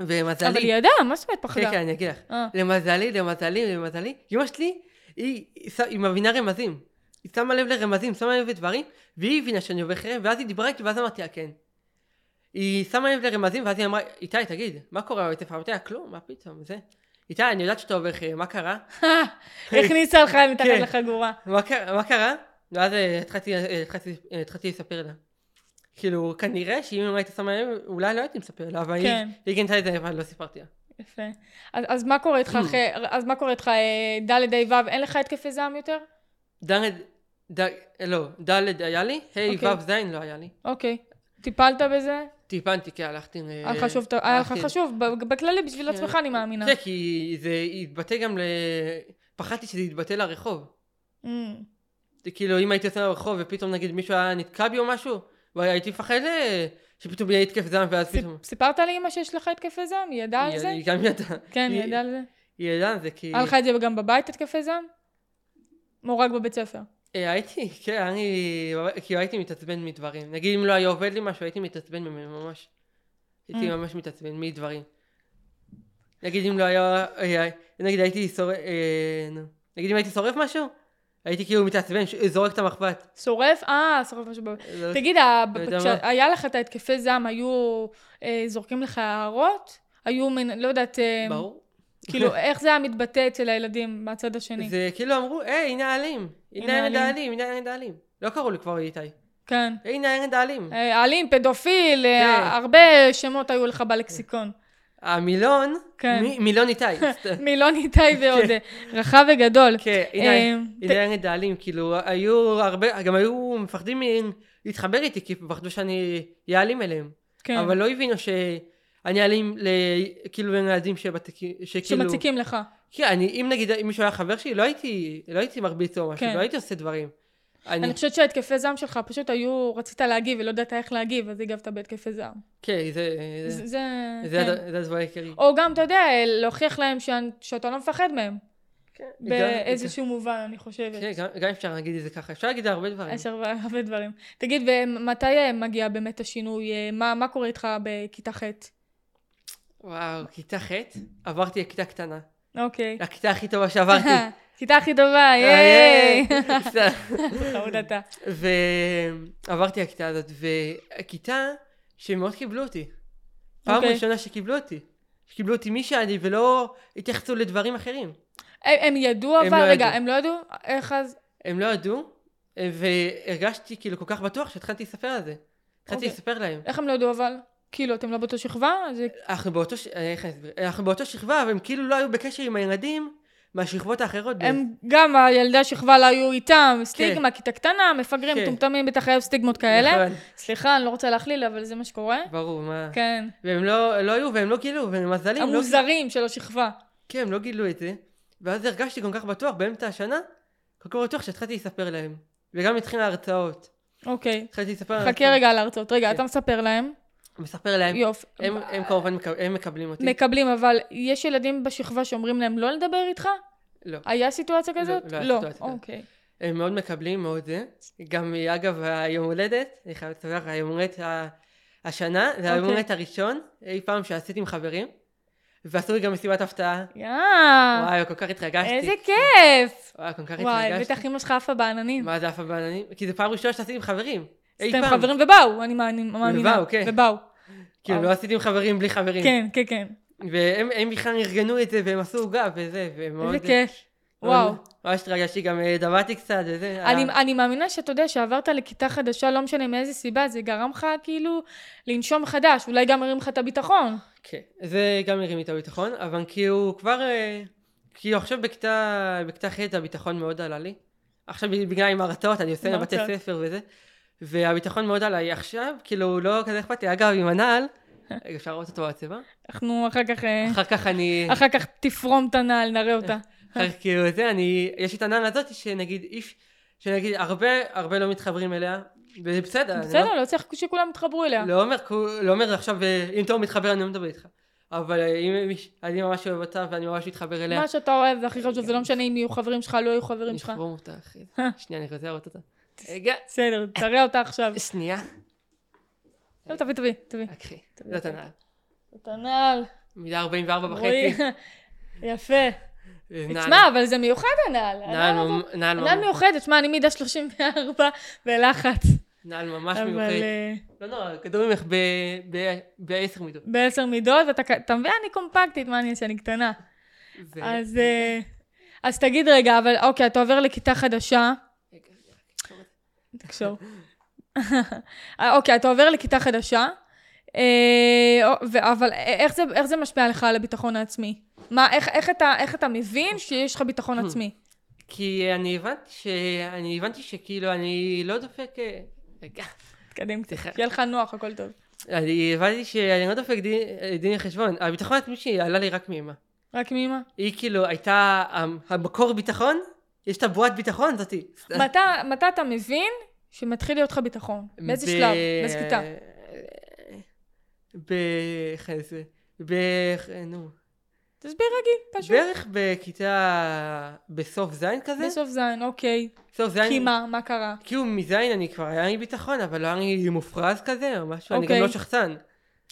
ומזלי, אבל היא ידעה, מה זאת אומרת כן, פחדה? כן, אני אגיד לך, אה, למזלי, למזלי, למזלי, אמא שלי, היא, היא, ש- היא מבינה רמזים, היא שמה לב לרמזים, שמה לב לדברים, והיא הבינה שאני עובר חרם, ואז היא דיברה איתי, ואז אמרתי לה כן. היא שמה לב לרמזים, ואז היא אמרה, איתי, תגיד, מה קורה בבית הספר? אמרתי לה, כלום, מה פתאום, זה. איתי, אני יודעת שאתה עובר חרם, מה קרה? אה. [LAUGHS] הכניסה לך מתחת כן. לחגורה. מה קרה? מה קרה? ואז אה, התחלתי, אה, התחלתי, אה, התחלתי לספר לה. כאילו, כנראה שאם לא הייתי שמה לב, אולי לא הייתי מספר לה, אבל כן. היא- היא גינתה את זה, אבל לא סיפרתי לה. יפה. אז- אז מה קורה איתך אחרי, אז מה קורה איתך, אה, ד' ה' ו', אין לך התקפי זעם יותר? ד', ד- לא, ד' היה לי, ה' אוקיי. ו' ז' לא היה לי. אוקיי. טיפלת בזה? טיפנתי, כי הלכתי... אה, היה לך חשוב- היה לך הלכתי- חשוב, ב- בכללי, בשביל כן. עצמך, אני מאמינה. זה כי זה התבטא גם ל... פחדתי שזה יתבטא לרחוב. Mm. זה כאילו, אם הייתי יוצא לרחוב ופתאום נגיד מישהו היה נתקע בי או משהו, והייתי מפחד אה, שפתאום יהיה התקף זעם, ואז פתאום... סיפ- סיפרת לאמא שיש לך התקפי זעם? היא ידעה על זה? היא גם ידעה. כן, היא היא- ידעה על זה. היא ידעה, זה כי... היה לך את זה גם בבית, התקפי זעם? או רק בבית ספר? אה, הייתי, כן, אני... כאילו הייתי מתעצבן מדברים. נגיד אם לא היה עובד לי משהו, הייתי מתעצבן ממנו ממש. הייתי Mm. ממש מתעצבן מדברים. נגיד אם לא היה... אה, אה, נגיד הייתי שורף... אה, נו. נגיד אם הייתי שורף משהו, הייתי כאילו מתעצבן, ש- זורק את המחבת. שורף? אה, שורף משהו בבית. זה- תגיד, ה- ב- יודע מה? כשהיה לך את ההתקפי זעם, היו אה, זורקים לך הערות? היו, מן- לא יודעת, אה, ברור. [LAUGHS] כאילו, איך זה היה מתבטא אצל הילדים מהצד השני? זה כאילו אמרו, היי, הנה העלים. הנה הנה הילד העלים." העלים, הנה הילד העלים. לא קראו לי כבר איתי. כן. הנה הילד העלים. אה, אלים, פדופיל, אה, כן. הרבה שמות היו לך בלקסיקון. המילון, כן. מי- [LAUGHS] מילון איתי. סתם. מילון [LAUGHS] איתי ועוד אה, רחב וגדול. כן, אה, הנה, הנה נגד העלים, כאילו, היו הרבה, גם היו מפחדים מ- להתחבר איתי, כי פחדו שאני אעלים אליהם. כן, אבל לא הבינו שאני אעלים, ל- כאילו, לילדים שבתק- שכאילו... שמציקים לך. כן, אני, אם נגיד, אם מישהו היה חבר שלי, לא הייתי, לא הייתי מרביץ או משהו, כן. לא הייתי עושה דברים. אני, אני חושבת שההתקפי זעם שלך פשוט היו, רצית להגיב ולא ידעת איך להגיב, אז הגבת בהתקפי זעם. כן, זה, זה, זה, זה, זה כן. הד- זה הדבר העיקרי. או גם, אתה יודע, להוכיח להם שאנ- שאתה לא מפחד מהם, כן, גם- באיזשהו מובן, אני חושבת. כן, גם- גם אפשר להגיד את זה ככה, אפשר להגיד הרבה דברים. יש הרבה הרבה דברים. תגיד, ומתי אה, מגיע באמת השינוי? אה, מה מה קורה איתך בכיתה ח'? וואו, כיתה ח', עברתי לכיתה קטנה. אוקיי. הכיתה הכי טובה [LAUGHS] שעברתי. כיתה הכי אה, טובה, איי. [LAUGHS] ייי! אה. סתם. חמוד אתה. ועברתי לכיתה הזאת, והכיתה שמאוד קיבלו אותי. פעם אוקיי. ראשונה שקיבלו אותי. שקיבלו אותי מי שאני ולא התייחסו לדברים אחרים. הם אה, הם ידעו הם אבל, לא רגע, ידעו. הם לא ידעו? איך אז? הם לא ידעו, והרגשתי כאילו כל כך בטוח שהתחלתי לספר על זה. התחלתי אוקיי. לספר להם. איך הם לא ידעו אבל? כאילו, אתם לא באותו שכבה? אז אנחנו באותו, ש- אה, איך אני אסביר? אנחנו באותו שכבה, והם כאילו לא היו בקשר עם הילדים מהשכבות האחרות. הם גם, הילדי השכבה לא היו איתם, סטיגמה, כיתה קטנה, מפגרים, כן. מטומטמים, בטח היו סטיגמות כאלה. נכון, אה. סליחה, אני לא רוצה להכליל, אבל זה מה שקורה. ברור, מה... כן. והם לא, לא היו, והם לא גילו, ומזלים, לא גילו, המוזרים של השכבה. כן, הם לא גילו את זה. ואז הרגשתי כל כך בטוח באמצע השנה, כל כך בטוח שהתחלתי לספר להם. וגם התחילה ההרצאות. אוקיי. התחלתי לספר להם. חכה רגע על ההרצאות. רגע, אה, כן. אתה מספר להם. מספר להם. יופי. הם, הם כמובן מקב, הם מקבלים אותי. מקבלים, אבל יש ילדים בשכבה שאומרים להם לא לדבר איתך? לא. היה סיטואציה לא, כזאת? לא היה סיטואציה כזאת. אוקיי. הם מאוד מקבלים, מאוד זה. גם, אגב, היום הולדת, אני חייב לספר לך, היום הולדת ה- השנה, זה היום אוקיי. הולדת הראשון אי פעם שעשיתי עם חברים, ועשו לי גם מסיבת הפתעה. יאה, וואי, כל כך התרגשתי. אה. איזה כיף! וואי, כל כך וואי, התרגשתי. בטח אמא שלך עפה בעננים. מה זה עף הבעננים? כי זו פעם ראשונה שעשיתי עם חברים. אי אתם פעם. חברים ובאו, אני מאמין- מאמינה. ובאו, כן. ובאו. כאילו, וואו. לא עשיתי עם חברים בלי חברים. כן, כן, כן. והם הם בכלל ארגנו את זה, והם עשו עוגה וזה, והם מאוד... אה, איזה כיף. מאוד- וואו. ממש התרגשתי, גם אה, דבעתי קצת וזה. אני, אה, אני מאמינה שאתה יודע שעברת לכיתה חדשה, לא משנה מאיזה סיבה, זה גרם לך כאילו לנשום חדש, אולי גם הרים לך את הביטחון. כן, זה גם הרים לי את הביטחון, אבל כי הוא כבר... אה, כי עכשיו בכיתה, בכיתה ח' הביטחון מאוד עלה לי. עכשיו בגלל עם הרצאות, אני עושה עם לבתי הרצאות. ספר וזה. והביטחון מאוד עליי עכשיו, כאילו לא כזה אכפת לי. אגב, עם הנעל, רגע, אפשר לראות אותו בצבע? אנחנו אחר כך, אה, אחר כך אה, אני... [LAUGHS] אחר כך תפרום את הנעל, נראה אותה. אחר כך כאילו זה, אני... יש לי את הנעל הזאת שנגיד איש... שנגיד הרבה, הרבה לא מתחברים אליה, וזה בסדר. אני לא- בסדר, לא צריך שכולם יתחברו אליה. לא אומר, לא אומר עכשיו, אה, אם תום מתחבר אני לא מדבר איתך. אבל אה, אם מיש- אני ממש אוהב אותה ואני ממש מתחבר אליה. אה, מה שאתה אוהב זה הכי חשוב, זה לא משנה אם יהיו חברים שלך, לא יהיהו חברים שלך. נפרום אותה, [LAUGHS] אחי. אה. שנייה, אני רוצה לראות אותה. רגע, בסדר, תראה אותה עכשיו. שנייה. אה, לא, תביא, תביא, תביא. אקחי, זאת הנעל. את הנעל, מידה 44 רואי. [LAUGHS] וחצי. אה, יפה. נעל- תשמע, אבל זה מיוחד הנעל. נעל הנעל הזאת- ממ- נעל הנעל ממ- מיוחדת, שמע, אני מידה 34 בלחץ. נעל ממש אבל... מיוחדת. אה, לא נורא, כדור ממך ב- ב- בעשר מידות. בעשר מידות, ואתה כ- אתה מבין, אני קומפקטית, מה אני שאני קטנה. זה- אז, אה, אז תגיד רגע, אבל אוקיי, אתה עובר לכיתה חדשה, רגע, רגע, תקשור. אה, אוקיי, אתה עובר לכיתה חדשה, אה, או- ו- אבל א- איך זה, איך זה משפיע לך על הביטחון העצמי? מה, איך, איך, אתה, איך אתה אוקיי. מבין שיש לך ביטחון Hmm. עצמי? כי אני הבנתי ש... אני הבנתי שכאילו אני לא דופק... אה, רגע. תתקדם סליחה. קצת, שיהיה לך נוח, הכל טוב. אני הבנתי שאני לא דופק דין- דין וחשבון. הביטחון העצמי שלי עלה לי רק מאמא. רק מאמא. היא כאילו הייתה המ- המקור ביטחון, יש את הבועת ביטחון זאתי. מתי, מתי אתה מבין שמתחיל להיות לך ביטחון? באיזה ב- שלב? באיזה כיתה? ב... איך אני אעשה? ב- נו. תסביר רגיל, פשוט. בערך בכיתה... בסוף זין כזה? בסוף זין, אוקיי. בסוף זין. כי מה? מה קרה? כאילו מזין אני כבר היה לי ביטחון, אבל לא היה לי מופרז כזה או משהו, אני גם אוקיי. לא שחצן.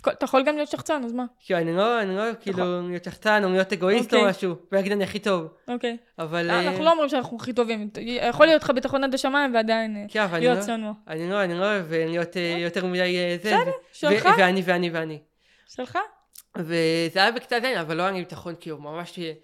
כל- אתה יכול גם להיות שחצן, אז מה? כאילו אני לא, אני לא כאילו להיות שחצן או להיות אגואיסט או נכון. אוקיי. משהו, ולהגיד אני הכי טוב. אוקיי. אבל... לא, אה, אנחנו לא אומרים שאנחנו הכי טובים. יכול להיות לך ביטחון עד השמיים ועדיין אה, כן, אבל אני להיות לא- צנוע. אני לא, אני לא אוהב אה, להיות אה, יותר מדי אה, זה. בסדר, ו- שלך. ו- ואני ואני ואני. שלך? וזה היה בכיתה ז', אבל לא היה לי ביטחון, כאילו, ממש ש-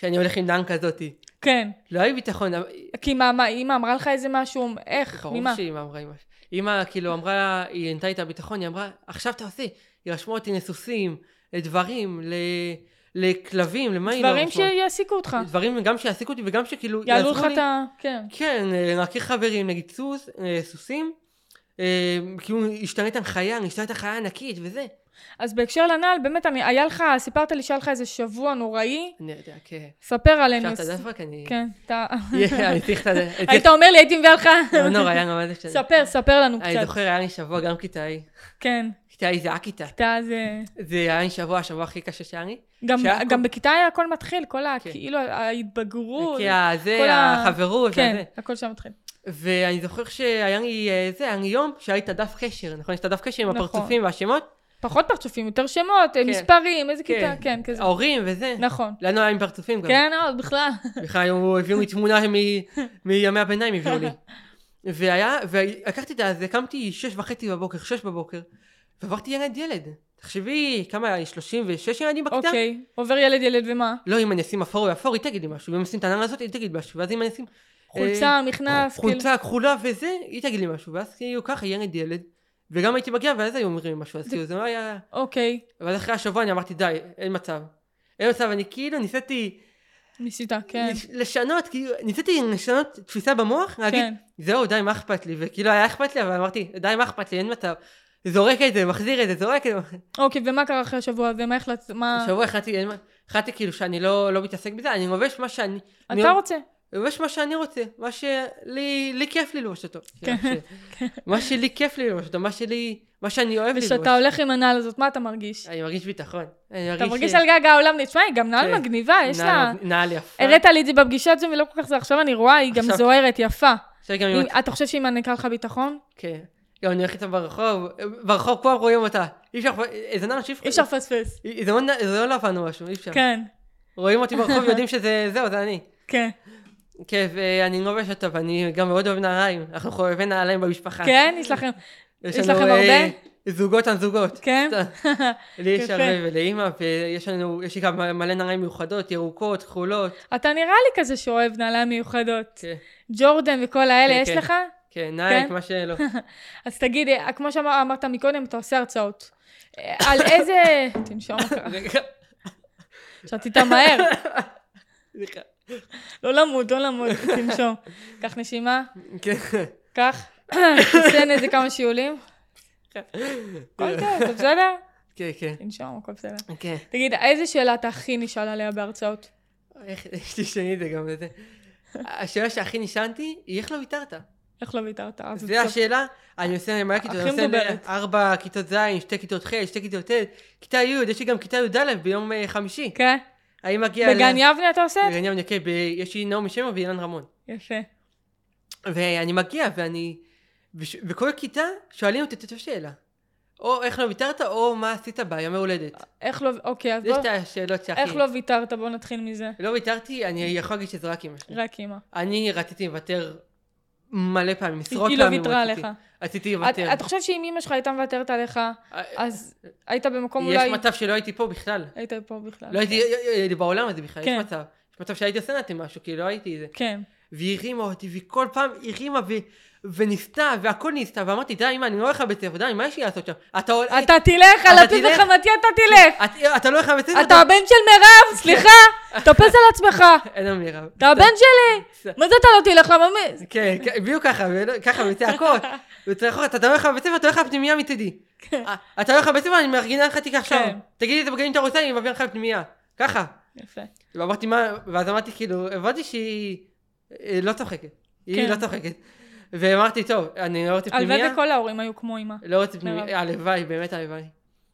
שאני הולך עם דן כזאתי. כן. לא היה לי ביטחון, אבל- כי מה, מה, אימא אמרה לך איזה משהו? איך? ברור ממה? שאימא אמרה לי משהו. אימא, כאילו, אמרה, היא נתנה לי את הביטחון, היא אמרה, עכשיו אתה עושה. היא רשמה אותי לסוסים, לדברים, ל- לכלבים, למה היא לא דברים רשמה? שיעסיקו אותך. דברים גם שיעסיקו אותי וגם שכאילו יעלו יעזרו לך לי. את ה... כן. כן, אה, להכיר חברים, נגיד סוס, אה, סוסים. אה, כאילו, השתנית הנחיה, השתנית הנחיה ענקית וזה. אז בהקשר לנעל, באמת, אני- היה לך, סיפרת לי שהיה לך איזה שבוע נוראי, אני יודע, כן. ספר עלינו. עכשיו אתה יודע רק אני... כן, אתה... יהיה, אני צריך את זה. היית אומר לי, הייתי מביאה לך... כן. לא נורא, היה גם איזה שנה. ספר, ספר לנו אני קצת. זוכר, היה לי שבוע גם כיתה ה'. כן. כיתה ה' זה היה כיתה. אתה זה... זה היה לי שבוע, השבוע הכי קשה שהיה לי. גם, שהכל- גם בכיתה היה הכל מתחיל, כל ה... כן. כאילו ההתבגרות, כי זה, כל ה- החברות, כן, וזה. הכל שם מתחיל. ואני זוכר שהיה לי, אה, זה, היה לי יום שהיה לי את הדף קשר, נכון? יש את הדף קשר עם נכון. הפרצופים והשמות? פחות פרצופים, יותר שמות, כן. מספרים, איזה כן. כיתה, כן, כזה. ההורים וזה. נכון. לנו היה עם פרצופים גם. כן, עוד בכלל. בכלל, הוא הביאו לי תמונה מ- מימי הביניים, הביאו לי. והיה, ולקחתי את זה, קמתי שש וחצי בבוקר, שש בבוקר, ועברתי ילד ילד. תחשבי, כמה היה לי? 36 ילדים בכיתה? אוקיי, עובר ילד ילד ומה? לא, אם אני אשים אפור ואפור, היא תגיד לי משהו, ואם אני אשים את הנעל הזאת, היא תגיד משהו, ואז אם אני אשים אה, חולצה, מכנס, כאילו. חולצה כחולה וזה, היא תגיד לי משהו, ואז כאילו ככה, ילד ילד, וגם הייתי מגיע, ואז היו אומרים משהו, אז כאילו זה לא היה... אוקיי, אבל אחרי השבוע אני אמרתי, די, אין מצב. אין מצב, אני כאילו ניסיתי ניסיתה, כן. לש- לשנות, כאילו, ניסיתי לשנות תפיסה במוח, להגיד, כן. זהו, די, מה אכפת לי? וכאילו היה אכפת לי, אבל אמרתי, די, מה אכפת לי, אין מצב. זורק את זה, מחזיר את זה, זורק את זה. אוקיי, ומה קרה אחרי השבוע הזה? מה החלטת? מה... השבוע החלטתי, אין מה- החלטתי כאילו שאני לא לא מתעסק בזה, אני לובש מה שאני... אני לא- אתה רוצה? לובש מה שאני רוצה, מה שלי לי כיף לי ללבוש אותו. כאילו, כן, מה שלי כיף לי ללבוש אותו, מה שלי, מה שאני אוהב ללבוש. וכשאתה הולך עם הנעל הזאת, מה אתה מרגיש? אני מרגיש ביטחון. אני אתה מרגיש ש- על גג העולם, תשמע, היא גם נעל כן. מגניבה, יש לה... נעל- נעל יפה. הראת לי את זה בפגישת זום ולא כל כך זה, עכשיו אני רואה, היא גם כן. עכשיו- זוהרת, יפה. עכשיו גם אם אם- את- אתה חושב שהיא מעניקה לך ביטחון? כן. גם אני הולך איתה ברחוב, ברחוב כולם רואים אותה. אי אפשר, איזה נעל שאי אי אפשר לפספס. זה לא נע- זה לא לבן או משהו, אי אפשר. כן, רואים [LAUGHS] אותי ברחוב, יודעים שזה, זהו, זה אני. כן. כן, ואני לובש אותו, ואני גם מאוד אוהב נעליים. אנחנו חובבי נעליים במשפחה. כן, יש לכם... יש לנו, לכם אה, הרבה? זוגות על זוגות. כן? [LAUGHS] לי יש יפה. הרבה ולאימא, ויש לנו, יש לי גם מלא נעליים מיוחדות, ירוקות, כחולות. אתה נראה לי כזה שאוהב נעליים מיוחדות. כן, ג'ורדן וכל האלה, כן, יש כן. לך? כן, נייק, כן? מה [LAUGHS] שלא. אז תגיד, אה, כמו שאמרת מקודם, אתה עושה הרצאות. אה, על איזה... [LAUGHS] תנשום, רגע, שתית מהר. סליחה. לא למות, לא למות, תנשום. קח נשימה, כן. קח, תסן איזה כמה שיעולים. הכל טוב, זה בסדר? כן, כן. תנשום, הכל בסדר. כן. תגיד, איזה שאלה אתה הכי נשאל עליה בהרצאות? איך איך תשני את זה גם לזה. השאלה שהכי נשענתי היא איך לא ויתרת. איך לא ויתרת? אז זו בסוף- השאלה, אני עושה מלא כיתות, הכי אני עושה מדוברת. ארבע כיתות ז', שתי כיתות ח', שתי כיתות ט', כיתה י', יש לי גם כיתה י"א ביום אה, חמישי. כן? האם מגיע... בגן יבנה אתה עושה? את זה? בגן יבנה, כן, ב- יש לי נעמי שמר ואילן רמון. יפה. ואני מגיע, ואני... וש- וכל כיתה שואלים אותי את אותה שאלה. או איך לא ויתרת, או מה עשית ביום ההולדת. איך לא... אוקיי, אז יש בוא... את השאלות שהכי... איך לא ויתרת? בוא נתחיל מזה. לא ויתרתי, אני יכול להגיד שזה רק אמא שלי. רק אימא. אני רציתי לוותר מלא פעמים, עשרות היא פעמים. לא ויתרה רציתי. עליך. רציתי את- לוותר. אה, אתה חושב שאם אימא שלך הייתה מוותרת עליך, אז היית במקום יש אולי... מצב שלא הייתי פה בכלל. היית פה בכלל. לא הייתי אה, בעולם הזה בכלל, כן. יש מצב. יש מצב שהייתי עושה נתן משהו, כי לא הייתי זה. כן. והיא הרימה אותי, והיא כל פעם הרימה ו- וניסתה, והכל ניסתה, ואמרתי, די, אמא, אני לא הולך לבית ספר, די, מה יש לי לעשות שם? אתה הול- אתה תלך, על אתה הפיד תלך? וחמתי אתה [LAUGHS] תלך. את- אתה לא הולך לבית ספר? אתה הבן של [LAUGHS] מירב, סליחה, תאפס על עצמך. אין לנו מירב. אתה הבן שלי. מה זה אתה לא תלך? למה מי? כן, כן, בדיוק ככה, ולא- ככה, [LAUGHS] בצעקות, בצרחות, אתה הולך לבית ספר, אתה הולך לפנימייה מצידי. אה, אתה הולך לבית ספר, אני מארגנה לך תיק עכשיו. כן. תגיד לי את הבגדים שאתה רוצה, אני מביא לך לפנימייה. ככה. יפה. ואמרתי מה, ואז אמרתי כאילו, הבנתי שהיא אה, לא צוחקת. היא כן. לא צוחקת. ואמרתי, טוב, אני לא רוצה הלוואי פנימייה. וכל ההורים היו כמו אימא. לא רוצה פנימייה, הלוואי, באמת הלוואי.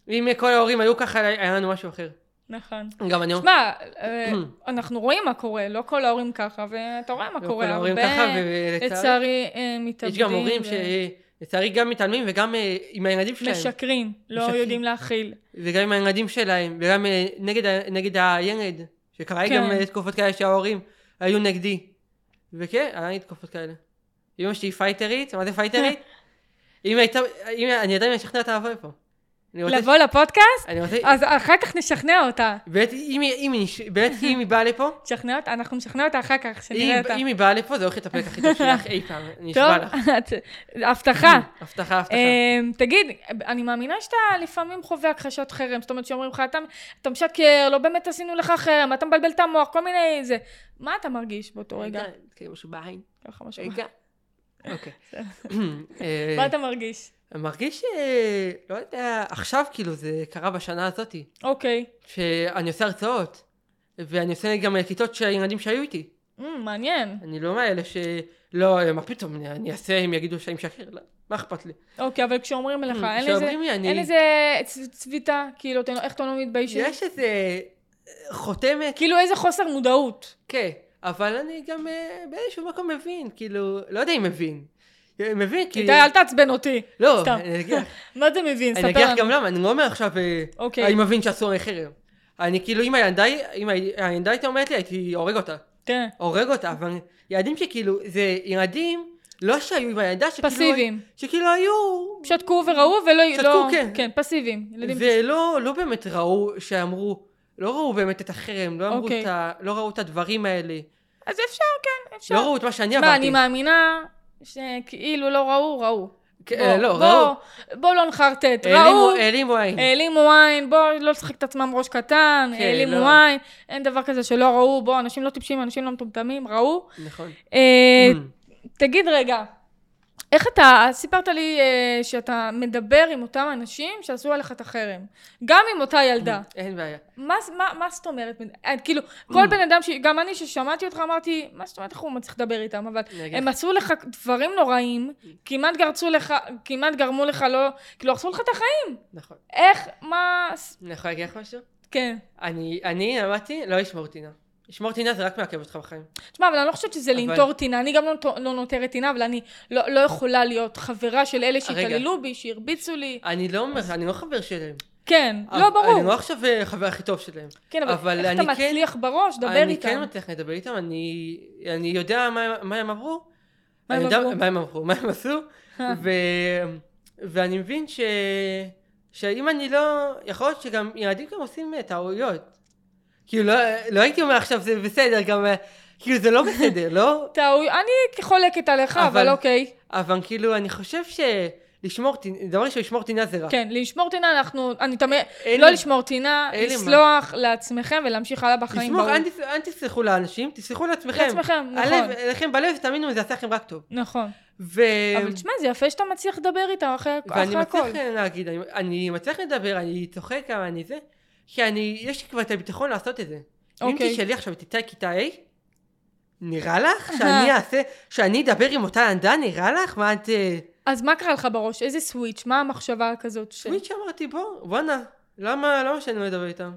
אם כל ההורים היו ככה, היה לנו משהו אחר. נכון. גם [CLEARS THROAT] אני אומר, שמע, אה, אנחנו רואים מה קורה, לא כל ההורים ככה, ואתה רואה מה לא קורה. כל ההורים הרבה, ככה, ולצערי- לצערי, אה, מתאבדים. יש גם הורים ו- שלצערי גם מתעלמים, וגם אה, עם הילדים שלהם. משקרים, לא משקרים. יודעים [LAUGHS] להכיל. וגם עם הילדים שלהם, וגם אה, נגד ה- נגד הילד, שקרה לי כן. גם אה, תקופות כאלה שההורים היו נגדי. וכן, היה לי תקופות כאלה. אמא שלי פייטרית, מה זה פייטרית? [LAUGHS] אם הייתה, אם אני עדיין משכנע אותה לבוא לפה. אני רוצה, לבוא לפודקאסט? אני רוצה, אז אחר כך נשכנע אותה. באמת אם היא- אם היא נש- באמת אם היא [LAUGHS] באה לפה, תשכנע אותה, אנחנו נשכנע אותה אחר כך, אם שנראה אותה. אם היא באה לפה זה הולך להיות הפרק הכי טוב שלך אי פעם, אני נשבע לך. טוב, [LAUGHS] את- הבטחה. הבטחה, הבטחה. אמ, תגיד, אני מאמינה שאתה לפעמים חווה הכחשות חרם, זאת אומרת שאומרים לך, "אתה- אתה משקר, לא באמת עשינו לך חרם, אתה מבלבל את המוח, כל מיני זה. מה אתה מרגיש באותו רגע? רגע, כאילו משהו בעין. ככה משהו. [LAUGHS] רגע. אוקיי. מה [CLEARS THROAT] אה, אתה מרגיש? מרגיש, אה, לא יודע, עכשיו כאילו זה קרה בשנה הזאתי, אוקיי. שאני עושה הרצאות, ואני עושה גם אה, כיתות של הילדים שהיו איתי. אמ, מעניין. אני לא מאלה שלא, אה, מה פתאום, אני- אני אעשה, הם יגידו שאני משקר, לא, מה אכפת לי? אוקיי, אבל כשאומרים לך, אין לזה- כשאומרים לי, אני- אין איזה צ- צביטה, כאילו, אתה- איך אתה לא מתבייש? יש איזה אה, חותמת, כאילו איזה חוסר מודעות. כן, אבל אני גם אה, באיזשהו מקום מבין, כאילו, לא יודע אם מבין. אה, מבין, כי... איתי, אל תעצבן אותי. לא, סתם. אני אגיד לך- מה זה מבין? אני ספר אגיד לך לנו. גם למה, אני לא אומר עכשיו, אה, אוקיי. אני מבין שאסור לי חרם. אני כאילו, אם הילדה אם הילדה הייתה אומרת לי, הייתי הורג אותה. כן. הורג אותה, אבל ילדים שכאילו, זה ילדים, לא שהיו עם הילדה, שכאילו... פסיביים. שכאילו היו... שתקו וראו ולא... שתקו, לא- כן. כן, פסיביים. ילדים ולא לא באמת ראו שאמרו, לא ראו באמת את החרם, לא אמרו אוקיי. את ה... לא ראו את הדברים האלה. אז אפשר, כן, אפשר. לא ראו את מה שאני מה, אני עברתי. מאמינה שכאילו לא ראו, ראו. כן, בוא, לא, בוא, ראו. בוא לא נחרטט, ראו, אה, העלימו- העלימו עין. העלימו עין, בוא לא לשחק את עצמם ראש קטן, כן, העלימו לא. עין, אין דבר כזה שלא ראו, בוא, אנשים לא טיפשים, אנשים לא מטומטמים, ראו. נכון. אה, Mm. תגיד רגע, איך אתה, סיפרת לי אה, שאתה מדבר עם אותם אנשים שעשו עליך את החרם, גם עם אותה ילדה. אין בעיה. מה, מה, מה זאת אומרת? אה, כאילו, כל Mm. בן אדם, ש... גם אני ששמעתי אותך אמרתי, מה זאת אומרת, איך הוא מצליח לדבר איתם? אבל אני אגיד הם לך. עשו לך דברים נוראים, כמעט גרצו לך, כמעט גרמו לך לא, כאילו, הרסו לך את החיים. נכון. איך, מה... ס- אני יכולה להגיד לך משהו? כן. אני, אני למדתי לא לשמור טינה. לשמור טינה זה רק מעכב אותך בחיים. תשמע, אבל אני לא חושבת שזה אבל- לנטור טינה, אני גם לא, נוט- לא נותרת טינה, אבל אני לא, לא יכולה להיות חברה של אלה רגע. שהתעללו בי, שהרביצו לי. אני לא אומר, אני לא חבר שלהם. כן, אבל- לא, ברור. אני לא עכשיו אה, חבר הכי טוב שלהם. כן, אבל, אבל איך אתה אני כן- מצליח בראש, דבר אני איתם. כן מצליח לדבר איתם, אני, אני יודע מה, הם- מה הם עברו. מה אני הם יודע עברו? מה הם עברו, מה הם עשו. כן- אה. ו, ואני מבין ש, שאם אני לא... יכול להיות שגם ילדים גם עושים אה, טעויות. כאילו, לא, לא הייתי אומר עכשיו זה בסדר, גם... אה, כאילו, זה לא בסדר, לא? טעו, אני חולקת עליך, אבל, אבל- אוקיי. אבל כאילו, אני חושב שלשמור טינה, דבר ראשון, לשמור טינה זה רע. כן, לשמור טינה אנחנו, אני תמיד, אין לא לי- לשמור טינה, אין לי מה. לסלוח לעצמכם ולהמשיך הלאה בחיים. לשמור, ברור. אל תס- אל תסלחו לאנשים, תסלחו לעצמכם. לעצמכם, הלב- נכון. לכם בלב, תאמינו, זה יעשה לכם רק טוב. נכון. ו... אבל תשמע, זה יפה שאתה מצליח לדבר איתם אחרי אחרי אמ- ואני הכל. מצליח אה, להגיד, אני, אני מצליח לדבר, אני צוחק כמה אני זה, כי אני, יש לי כבר את הביטחון לעשות את זה. אם אוקיי. תשאלי עכשיו את איתי כיתה A, נראה לך שאני אעשה, שאני אדבר עם אותה ילדה, נראה לך? מה את... אה, אז מה קרה לך בראש? איזה סוויץ'? מה המחשבה הכזאת? ש- תמיד שאמרתי, בוא, וואנה, למה, למה שאני לא אדבר איתם?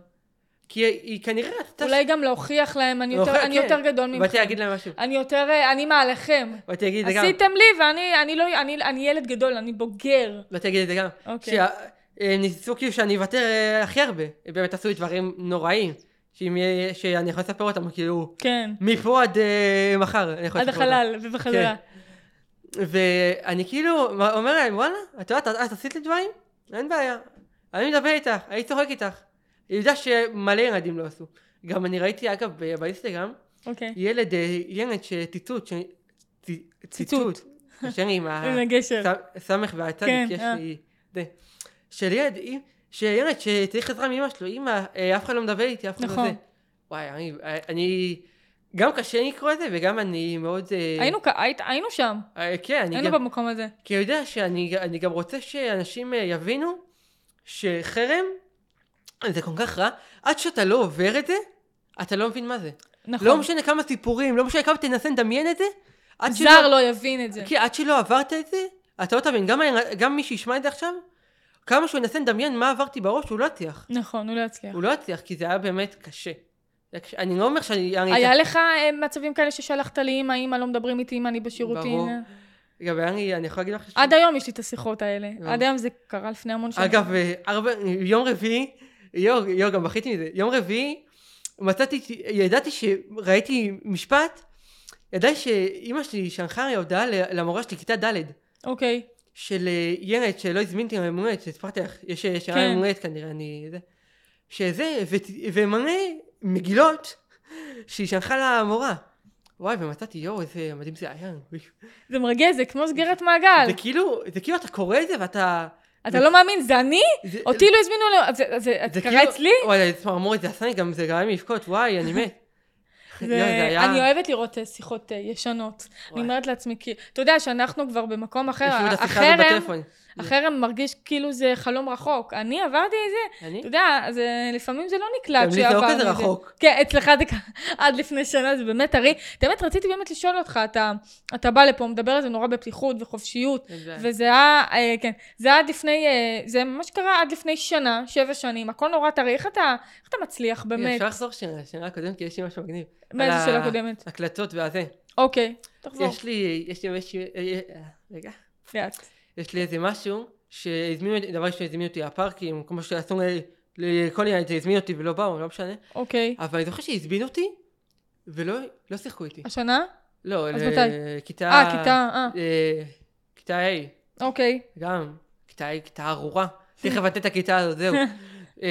כי היא, היא כנראה רצתה... אולי גם להוכיח להם, אני להוכיח, יותר- אני כן. יותר גדול ממך. באתי להגיד להם משהו. אני יותר, אה, אני מעליכם. באתי להגיד את זה גם. עשיתם לי ואני אני לא, אני, אני ילד גדול, אני בוגר. באתי להגיד את זה גם. אוקיי. שהם ניסו כאילו שאני אוותר אה, הכי הרבה. הם באמת עשו לי דברים נוראים. שאם יהיה- שאני יכול לספר אותם, כאילו... כן. מפה עד אה, מחר. אני יכול עד לספר אותה. החלל ובחזרה. ואני כאילו אומר להם, וואלה, את יודעת, את את עשית לי דברים? אין בעיה. אני מדבר איתך, אני צוחק איתך. אני יודע שמלא ילדים לא עשו. גם אני ראיתי, אגב, ב- באינסטגרם, אוקיי. ילד, אה, ילד שציטוט, ש... צ- ציטוט, השם עם ה... [LAUGHS] עם הגשר. ס- סמך והצדיק, כן, יש אה. לי... זה. של ילד, אם- שילד שצריך עזרה מאמא שלו, אמא, אה, אף אחד לא מדבר איתי, אף אחד לא נכון. זה. וואי, אני- אני... גם קשה לי לקרוא את זה, וגם אני מאוד... אה, היינו, כ- היית- היינו שם, אה, כן, אני היינו גם... במקום הזה. כי אני יודע שאני אני גם רוצה שאנשים אה, יבינו שחרם זה כל כך רע, עד שאתה לא עובר את זה, אתה לא מבין מה זה. נכון. לא משנה כמה סיפורים, לא משנה כמה תנסה לדמיין את זה, עד כן. זר לא יבין את זה. כי עד שלא עברת את זה, אתה לא תבין, גם, ה- גם מי שישמע את זה עכשיו, כמה שהוא ינסה לדמיין מה עברתי בראש, הוא לא יצליח. נכון, הוא לא יצליח. הוא לא יצליח, כי זה היה באמת קשה. זה קשה. אני לא אומר שאני... אני- היה לך אה, מצבים כאלה ששלחת לי אמא, אמא לא מדברים איתי, אמא אני בשירותים. ברור. גם אני, אני יכול להגיד לך... ש- עד היום יש לי את השיחות האלה. ברור. עד היום זה קרה לפני המון שנים. אגב, אה, ארבע, יום רביעי, יו, יו, גם בכיתי מזה, יום רביעי, מצאתי, ש- ידעתי שראיתי משפט, ידעתי שאימא שלי שלחה לי הודעה ל- למורה שלי, כיתה ד', אוקיי. של אה, ילד שלא הזמינתי ליום הולדת, שהספרתי לך, יש אה, שעה כן. יום הולדת כנראה, אני... זה, שזה, ות- ומלא מגילות שהיא שלחה למורה. וואי, ומצאתי, יואו, איזה מדהים זה היה. זה מרגש, זה כמו סגירת מעגל. זה כאילו, זה כאילו אתה קורא את זה ואתה... אתה לא מאמין, זה אני? זה- כאילו- אותי לא הזמינו ל... זה- זה זה קרה אצלי? וואי, זה צמרמורת, זה עשה לי גם, זה גרם לי לבכות, וואי, אני מת. זה- לא, זה היה- אני אוהבת לראות אה, שיחות אה, ישנות. אני וואי. אומרת לעצמי, כי אתה יודע שאנחנו כבר במקום אחר, יש לי את השיחה הזאת החרם, בטלפון. החרם מרגיש כאילו זה חלום רחוק. אני עברתי את זה, אני? אתה יודע, זה, לפעמים זה לא נקלט גם לי זה לא שעברנו את כזה רחוק. כן, אצלך זה כ- [LAUGHS] עד לפני שנה, זה באמת טרי. את האמת, רציתי באמת לשאול אותך, אתה, אתה בא לפה, מדבר על זה נורא בפתיחות וחופשיות, כן. וזה היה, אה, כן, זה היה עד לפני, אה, זה ממש קרה עד לפני שנה, שבע שנים, הכל נורא טרי. איך אתה, איך אתה מצליח באמת? אפשר לחזור שנה, השנה הקודמת, כי יש לי משהו מגניב. מאיזה על ה- שאלה קודמת? הקלטות והזה. אוקיי, תחזור. יש לי, יש לי משהו, אה, אה, רגע. לאט. יש לי איזה משהו, שהזמינו, אותי- דבר ראשון הזמינו אותי לפארקים, כמו שעשו ל- לכל ילד, הזמינו אותי ולא באו, לא משנה. אוקיי. אבל אני זוכר שהזמינו אותי, ולא לא שיחקו איתי. השנה? לא, אז ל- מתי? כיתה... אה, כיתה, אה, אה, כיתה A. אוקיי. גם, כיתה היא כיתה ארורה. תכף לתת את הכיתה הזאת, [LAUGHS] זהו. אמ,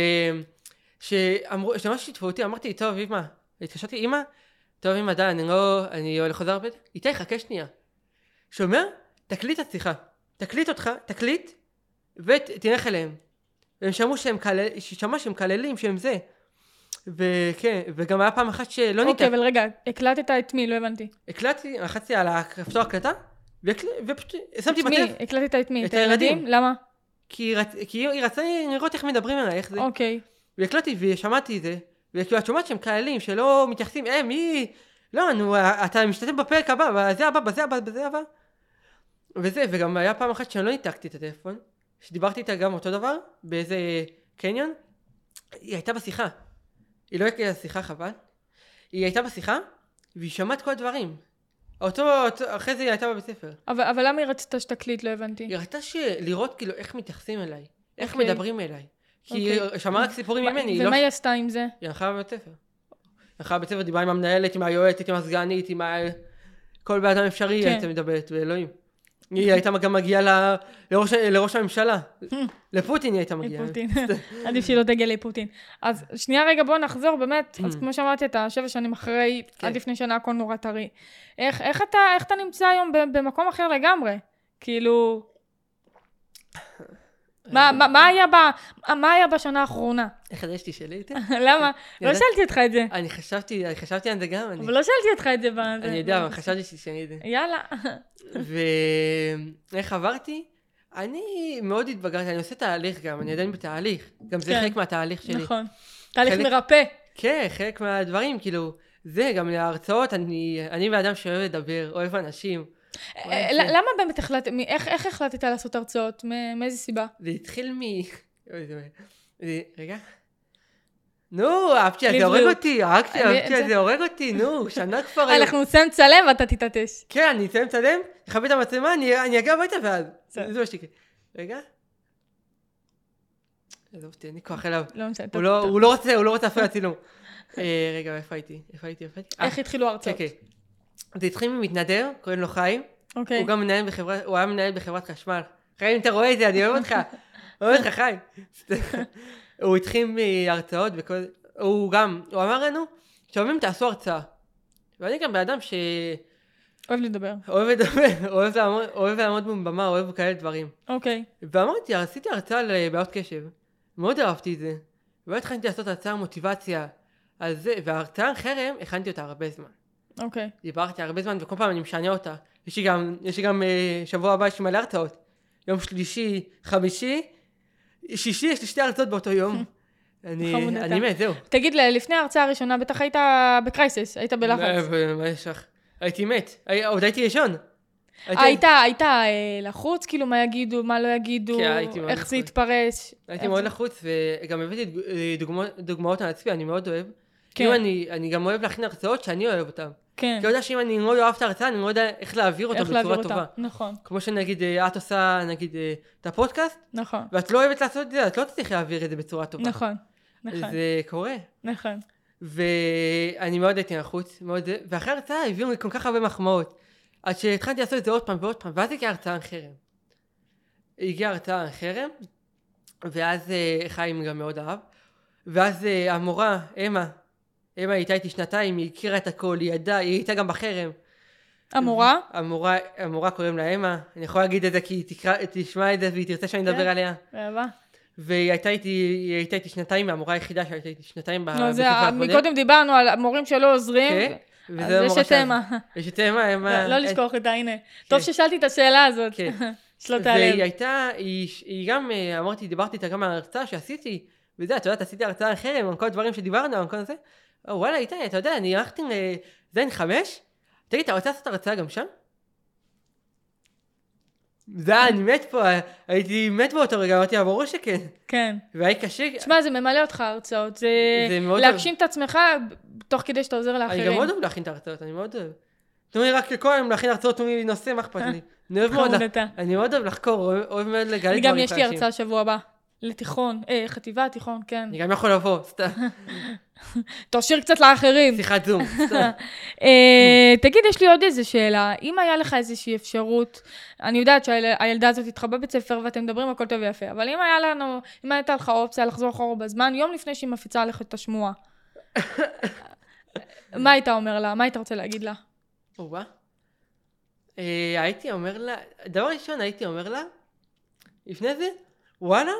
שאמרו, שממש שיתפו אותי, אמרתי, טוב, אמא. התקשרתי, אמא, טוב, אמא, די, אני לא, אני הולך חוזר בית. איתי, חכה שנייה. שומע? תקליט את השיחה. תקליט אותך, תקליט, ותלך אליהם. הם שמעו שהם מקלל- ששמע שהם מקללים, שהם זה. וכן, וגם היה פעם אחת שלא אוקיי, ניתן. אבל רגע, הקלטת את מי? לא הבנתי. הקלטתי, לחצתי על הכפתור הקלטה, והקל- ופשוט שמתי את מי? בטלפון. הקלטת את מי? את הילדים. למה? כי היא רצ- כי היא רצתה לראות איך מדברים עליי, איך זה. אוקיי. והקלטתי ושמעתי את זה, וכאילו את שומעת שהם קהלים שלא מתייחסים, אה מי... לא, נו, אתה משתתף בפרק הבא, בזה הבא, בזה הבא, בזה הבא. וזה, וגם היה פעם אחת שאני לא ניתקתי את הטלפון, שדיברתי איתה גם אותו דבר, באיזה קניון, היא הייתה בשיחה. היא לא הקליטה שיחה חבל. היא הייתה בשיחה, והיא שמעה את כל הדברים. אותו, אותו, אחרי זה היא הייתה בבית ספר. אבל אבל למה היא רצתה שתקליט? לא הבנתי. היא רצתה ש- לראות כאילו איך מתייחסים אליי, איך אוקיי. מדברים אליי. כי היא אוקיי. שמעה רק סיפורים מה- ממני, היא לא ומה היא עשתה עם זה? היא הלכה בבית ספר. היא הלכה בבית ספר, דיברה עם המנהלת, עם היועצת, עם הסגנית, עם ה... כל בן אדם אפשרי היא כן. הייתה מדברת, באלוהים. היא הייתה גם מגיעה ל... לראש, לראש הממשלה. [LAUGHS] לפוטין היא הייתה מגיעה. לפוטין. [LAUGHS] עדיף שהיא לא תגיע לפוטין. אז שנייה רגע, בואו נחזור באמת. אז כמו שאמרתי, אתה שבע שנים אחרי, Hmm. כן. עד לפני שנה הכל נורא טרי. איך איך אתה איך אתה נמצא היום ב- במקום אחר לגמרי? [LAUGHS] כאילו... מה- מה- מה היה ב- מה היה בשנה האחרונה? [LAUGHS] איך זה שתשאלי אותי? למה? לא ידעתי. שאלתי אותך את זה. אני חשבתי, אני חשבתי על זה גם, אני, אבל לא שאלתי אותך את זה. בזה. אני יודע, אבל חשבתי שתשאלי את זה. יאללה. ואיך עברתי? אני מאוד התבגרתי, אני עושה תהליך גם, אני עדיין בתהליך. גם זה כן. חלק מהתהליך שלי. נכון. תהליך חלק- מרפא. כן, חלק מהדברים, כאילו, זה, גם להרצאות, אני, אני בן אדם שאוהב לדבר, אוהב אנשים. אוהב אה, זה. למה באמת החלטת, מ- איך איך החלטת לעשות הרצאות? מ- מאיזה סיבה? זה התחיל מ... [LAUGHS] אוי, זה- זה- רגע. נו, אהבתי, לי זה הורג בריאות. אותי, הרגתי, אני- אהבתי, זה- זה הורג אותי, נו, שנה [LAUGHS] כבר היום. אנחנו נסיים לצלם ואתה תתעטש. כן, אני אסיים לצלם, אכבה את המצלמה, אני אני אגיע הביתה ואז. בסדר. זה מה שיקרה. רגע. עזוב אותי, אין לי כוח אליו. לא משנה. הוא טוב, לא- טוב. הוא לא רוצה, הוא לא רוצה אפילו הצילום. אה, רגע, איפה הייתי? איפה הייתי? איפה הייתי? אה, איך התחילו כן, ההרצאות? כן. זה התחיל ממתנדר, קוראים לו חיים. אוקיי. הוא גם מנהל בחברת, הוא היה מנהל בחברת חשמל. חיים, אתה רואה את זה, אני אוהב [LAUGHS] אותך. אוהב אותך, חיים. [LAUGHS] הוא התחיל מהרצאות וכל זה. הוא גם, הוא אמר לנו, שאומרים תעשו הרצאה. ואני גם בן אדם שאוהב אוהב לדבר. לדבר, אוהב לעמוד- אוהב לעמוד בבמה, אוהב כאלה דברים. אוקיי. ואמרתי, עשיתי הרצאה על בעיות קשב. מאוד אהבתי את זה. ולא התחלתי לעשות הרצאה על מוטיבציה. על זה, וההרצאה על חרם, הכנתי אותה הרבה זמן. אוקיי. דיברתי הרבה זמן, וכל פעם אני משנה אותה. יש לי גם, יש לי גם אה, שבוע הבא יש לי מלא הרצאות. יום שלישי, חמישי, שישי, יש לי שתי הרצאות באותו [LAUGHS] יום. אני, חמודתה. אני מת, זהו. תגיד, ל- לפני ההרצאה הראשונה בטח היית בקרייסס, היית בלחץ. מה- מה- מה יש לך? לא, הייתי מת, הי- עוד הייתי ראשון. היית היית אה, לחוץ, כאילו, מה יגידו, מה לא יגידו, כן, הייתי מאוד איך זה לחוץ. יתפרש. הייתי איך מאוד זה- לחוץ, וגם הבאתי דג- אה, דוגמא- דוגמאות על עצמי, אני מאוד אוהב. כן. כן. אני, אני גם אוהב להכין הרצאות שאני אוהב אותן. כן, כי אני יודע שאם אני מאוד אוהב את ההרצאה, אני מאוד יודע איך להעביר אותה איך להעביר בצורה טובה. אותה. נכון, כמו שנגיד, אה, את עושה, נגיד, אה, את הפודקאסט, נכון, ואת לא אוהבת לעשות את זה, את לא תצליחי להעביר את זה בצורה טובה. נכון, נכון, זה קורה. נכון. ואני מאוד הייתי נחוץ, מאוד זה, ואחרי ההרצאה הביאו לי כל כך הרבה מחמאות. עד שהתחלתי לעשות את זה עוד פעם ועוד פעם, ואז הגיעה הרצאה על חרם. הגיעה הרצאה על חרם, ואז אה, חיים גם מאוד אהב. ואז אה, המורה, אמה, אמה הייתה איתי שנתיים, היא הכירה את הכל, היא ידעה, היא הייתה גם בחרם. המורה? המורה, המורה קוראים לה אמה, אני יכול להגיד את זה כי היא תקרא, תשמע את זה והיא תרצה שאני כן. אדבר עליה. אהבה. והיא הייתה איתי, היא הייתה איתי שנתיים, והמורה היחידה שהייתה איתי שנתיים ב- לא, זה, בספר ה- הקודם. מקודם דיברנו על מורים שלא עוזרים. אה, כן, אז וזה יש המורה את שלה. אמה. יש את אמה, אמה. לא לא לשכוח אותה, הנה. טוב ששאלתי את השאלה הזאת. כן. [LAUGHS] שלא תעלב. והיא הייתה, היא היא גם, אה, אמרתי, דיברתי איתה גם על ההרצאה שעשיתי, וזה, את יודעת, עשיתי הרצאה על חרם, על כל הדברים שדיברנו, על כל זה. אה, וואלה, איתי, אתה יודע, אני הלכתי לזין חמש, תגיד, אתה רוצה לעשות הרצאה גם שם? זה, היה, אני מת פה, הייתי מת באותו רגע, אמרתי לה, ברור שכן. כן. והיה קשה, תשמע, זה ממלא אותך הרצאות. זה זה מאוד להגשים את עצמך תוך כדי שאתה עוזר אני לאחרים. גם מאוד אוהב להכין את ההרצאות, אני מאוד אוהב. תנו לי רק לכל היום להכין הרצאות, תנו לי נושא, מה אה, אכפת לי? אני אוהב מאוד, חמודתה. אני מאוד אוהב לחקור, אוהב- אוהב מאוד לגלות אני דברים גם יש לי חדשים. הרצאה שבוע הבא. לתיכון, אה, חטיבה, תיכון, כן. אני גם יכול לבוא, סתם, [LAUGHS] תשאיר קצת לאחרים. שיחת זום, סתם. אה, תגיד, יש לי עוד איזה שאלה. אם היה לך איזושהי אפשרות, אני יודעת שהילדה הזאת התחבאה בבית ספר ואתם מדברים הכל טוב ויפה, אבל אם היה לנו, אם הייתה לך אופציה לחזור אחורה בזמן, יום לפני שהיא מפיצה עליך את [LAUGHS] השמועה, מה היית אומר לה? מה היית רוצה להגיד לה? או, וואה. אה, הייתי אומר לה, דבר ראשון הייתי אומר לה, לפני זה, וואלה,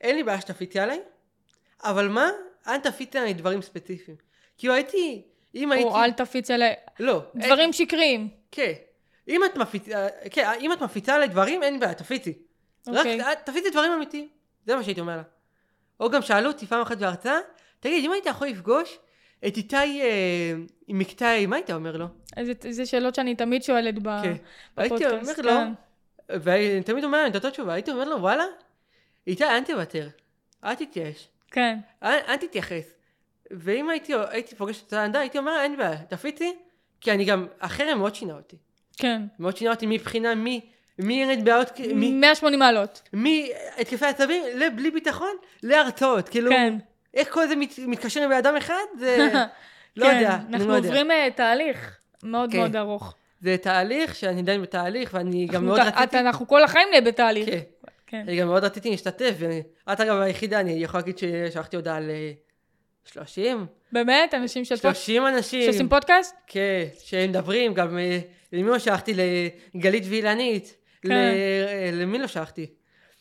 אין לי בעיה שתפיצי עליי, אבל מה, אל תפיצי עליי דברים ספציפיים. כאילו הייתי, אם הייתי... או אל תפיץ עליי. לא. דברים שקריים. כן. אם את מפיצה, כן, אם את מפיצה עליי דברים, אין בעיה, תפיצי. רק אוקיי. אל- תפיצי דברים אמיתיים. זה מה שהייתי אומר לה. או גם שאלו אותי פעם אחת בהרצאה, תגיד, אם היית יכול לפגוש את איתי אה, עם מקטעי, מה היית אומר לו? אז את- זה שאלות שאני תמיד שואלת ב- כן. אה, בפודקאסט. הייתי אומר לו, כן. ואני תמיד אומר להם את אותה תשובה, הייתי אומר לו, וואלה, איתי, אל תוותר, אל תתייאש, כן. אל, אל תתייחס. ואם הייתי, הייתי פוגשת את האנדה, הייתי אומר, אין בעיה, תפיצי, כי אני גם, החרם מאוד שינה אותי. כן. מאוד שינה אותי מבחינה מי, מי ירד בעוד, מי, 180 מעלות. מי התקפי עצבים, לבלי ביטחון, להרצאות. כאילו, כן. איך כל זה מת, מתקשר עם בן אדם אחד, זה, [LAUGHS] לא כן, יודע, אני אנחנו לא יודע. עוברים אה, תהליך מאוד כן. מאוד ארוך. זה תהליך שאני עדיין בתהליך, ואני [LAUGHS] גם אנחנו מאוד ת- רציתי, את- אנחנו כל החיים נהיה בתהליך. כן, כן. אני גם מאוד רציתי להשתתף, ואת אגב היחידה, אני יכולה להגיד ששלחתי הודעה ל... 30? באמת? אנשים של פודקאסט? 30 אנשים. שעושים פודקאסט? כן, שהם מדברים, גם אה, למי לא שלחתי? לגלית ואילנית. כן. ל- אה, למי לא שלחתי?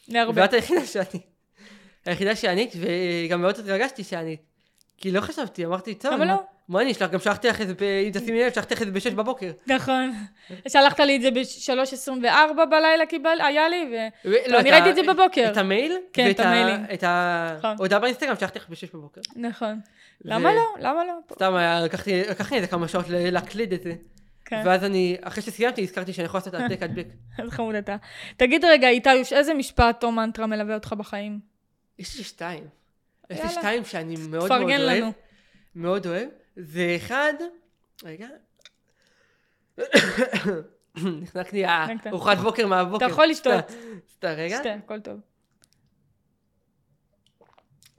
להרבה. ואת היחידה שענית. היחידה שענית, וגם מאוד התרגשתי שענית. כי לא חשבתי, אמרתי, טוב, למה מה- לא? מה אני אשלח? גם שלחתי לך את זה, ב- אם תשימי לב, שלחתי לך את זה ב-6 בבוקר. נכון. שלחת לי את זה ב-3.24 בלילה קיבל, היה לי, ו... ו- לא, אני ה- ראיתי את זה בבוקר. את המייל? כן, ואת את ה- המיילים. את ההודעה באינסטגרם שלחתי לך ב-6 בבוקר. נכון. למה לא? למה לא? סתם, היה- לקחתי לקח לי איזה כמה שעות ל- להקליד את זה. כן. ואז אני, אחרי שסיימתי, הזכרתי שאני יכול [LAUGHS] לעשות העתק הדבק. אז חמוד אתה. תגיד רגע, איתיוש, איזה משפט או מנטרה מלווה אותך בחיים? יש לי שתיים. יש לי יאללה. שתיים שאני מאוד מאוד תפרגן אוהב. לנו. מאוד אוהב. זה אחד, רגע. [COUGHS] נחנקתי נחנקת. ארוחת בוקר מהבוקר. אתה יכול לשתות. סתם, סתם, רגע. שתי, הכל טוב.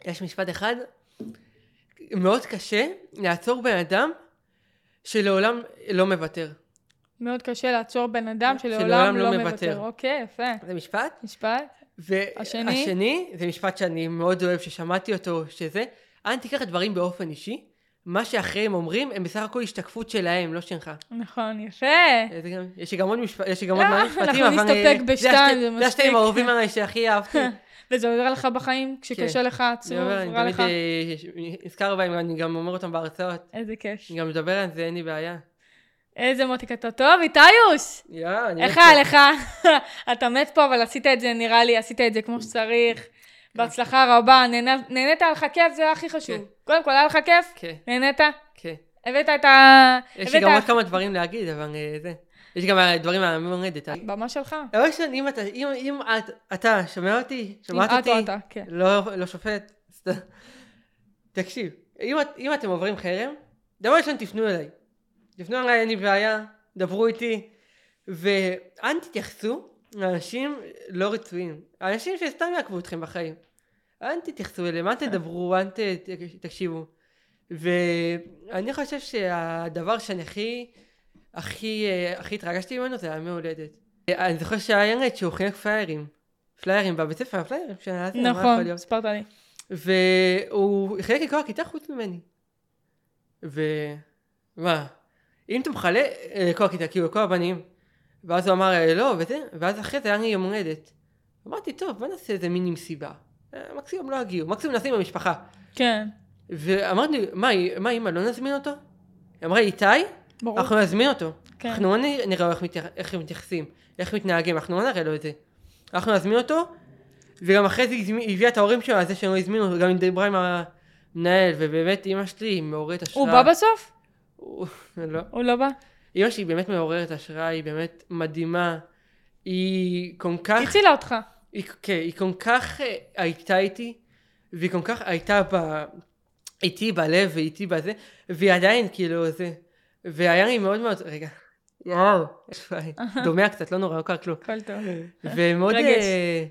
יש משפט אחד, מאוד קשה לעצור בן אדם שלעולם לא מוותר. מאוד קשה לעצור בן אדם שלעולם שלעולם לא לא מוותר. מוותר. אוקיי, יפה. זה משפט. משפט? השני? והשני, זה משפט שאני מאוד אוהב ששמעתי אותו, שזה, אל תיקח דברים באופן אישי, מה שאחרים אומרים הם בסך הכל השתקפות שלהם, לא שלך. נכון, יפה. זה גם- יש לי גם עוד משפט, יש לי גם עוד מלא אה, משפטים, אנחנו אבל, נסתפק אה, זה בשתיים, השתי- זה זה מספיק. השתיים האהובים עליי שהכי אהבתי. וזה עוזר לך בחיים? כשקשה כן. לך, אני עצוב, אומר, אני רע לך? תמיד אה, ש- נזכר בהם, אני גם אומר אותם בהרצאות. איזה כיף. אני גם מדבר על זה, אין לי בעיה. איזה מותק אתה טוב, איתיוש! יואו, אני... איך מת- היה לך? [LAUGHS] אתה מת פה, אבל עשית את זה, נראה לי, עשית את זה כמו שצריך. בהצלחה רבה, נהנה- נהנית, היה לך כיף, זה הכי חשוב. כן. קודם כל, היה לך כיף? כן, נהנית? כן. הבאת את ה... יש לי הבאת- גם עוד כמה דברים להגיד, אבל אה, זה. יש גם אה, דברים מהמורדת. במה שלך. דבר ראשון, אם אתה, אם, אם את, אתה שומע אותי, אם שומעת את או אותי, אתה, כן. לא, לא שופט, סתם. תקשיב, אם, את, אם אתם עוברים חרם, דבר ראשון תפנו אליי. תפנו אליי, אין לי בעיה, דברו איתי, ואל תתייחסו לאנשים לא רצויים. אנשים שסתם יעקבו אתכם בחיים. אל תתייחסו אליהם, אל תדברו, אל ת, ת- תקשיבו. ואני חושב שהדבר שאני הכי, הכי, אה, הכי התרגשתי ממנו זה היום הולדת. אה, אני זוכר שהיה ילד שהוא חילק פליירים. פליירים בבית ספר, הפליירים שהיה זה, מה יכול נכון, להיות? סיפרת לי. והוא חילק את כל הכיתה חוץ ממני. ו... מה? אם אתה מחלק אה, כל הכיתה, כאילו כל הבנים. ואז הוא אמר אה, לא, וזה, ואז אחרי זה היה לי יום הולדת. אמרתי, טוב, בוא נעשה איזה מיני מסיבה. אה, מקסימום לא הגיעו, מקסימום נעשה עם המשפחה. כן, ואמרתי, מה, מה אימא, לא נזמין אותו? היא אמרה, איתי, ברור. אנחנו נזמין אותו. כן. אנחנו לא נ- נראה איך, מת... איך הם מתייחסים, איך מתנהגים, אנחנו לא נראה לו את זה. אנחנו נזמין אותו, וגם אחרי זה הזמין- היא הביאה את ההורים שלה, על זה שהם לא הזמינו, גם היא דיברה עם המנהל, ובאמת אימא שלי היא מעוררת השראה. הוא בא בסוף? הוא- לא. הוא לא בא? אימא שלי באמת מעוררת השראה, היא באמת מדהימה. היא כל כך... הצילה אותך. היא, כן, היא כל כך אה, הייתה איתי, והיא כל כך הייתה ב, איתי בלב ואיתי בזה, והיא עדיין כאילו זה. והיה לי מאוד מאוד, רגע, יואו, דומע קצת, לא נורא, לא קרה כלום. הכל טוב. ומאוד, מתרגש. אה,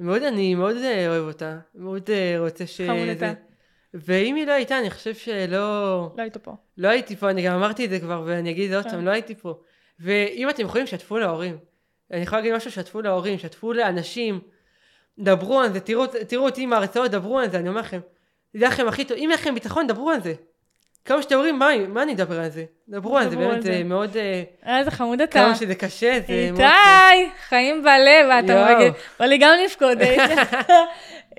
מאוד אני מאוד אה, אוהב אותה, מאוד אה, רוצה ש... חמודתה. זה. ואם היא לא הייתה, אני חושב שלא... לא היית פה. לא הייתי פה, אני גם אמרתי את זה כבר, ואני אגיד את כן. זה עוד פעם, לא הייתי פה. ואם אתם יכולים, שתפו להורים. אני יכולה להגיד משהו, שתפו להורים, שתפו לאנשים, דברו על זה, תראו, תראו אותי עם ההרצאות, דברו על זה, אני אומר לכם. זה יהיה לכם הכי טוב, אם יהיה לכם ביטחון, דברו על זה. כמה שאתם אומרים, מה, מה אני אדבר על זה? דברו על זה, דברו על באמת, זה. זה מאוד... אה, איזה חמוד אתה. כמה שזה קשה, זה... מאוד כיף. איתי, חיים בלב, אתה יואו. מרגש. בא לי גם לבכות. [LAUGHS] איתי.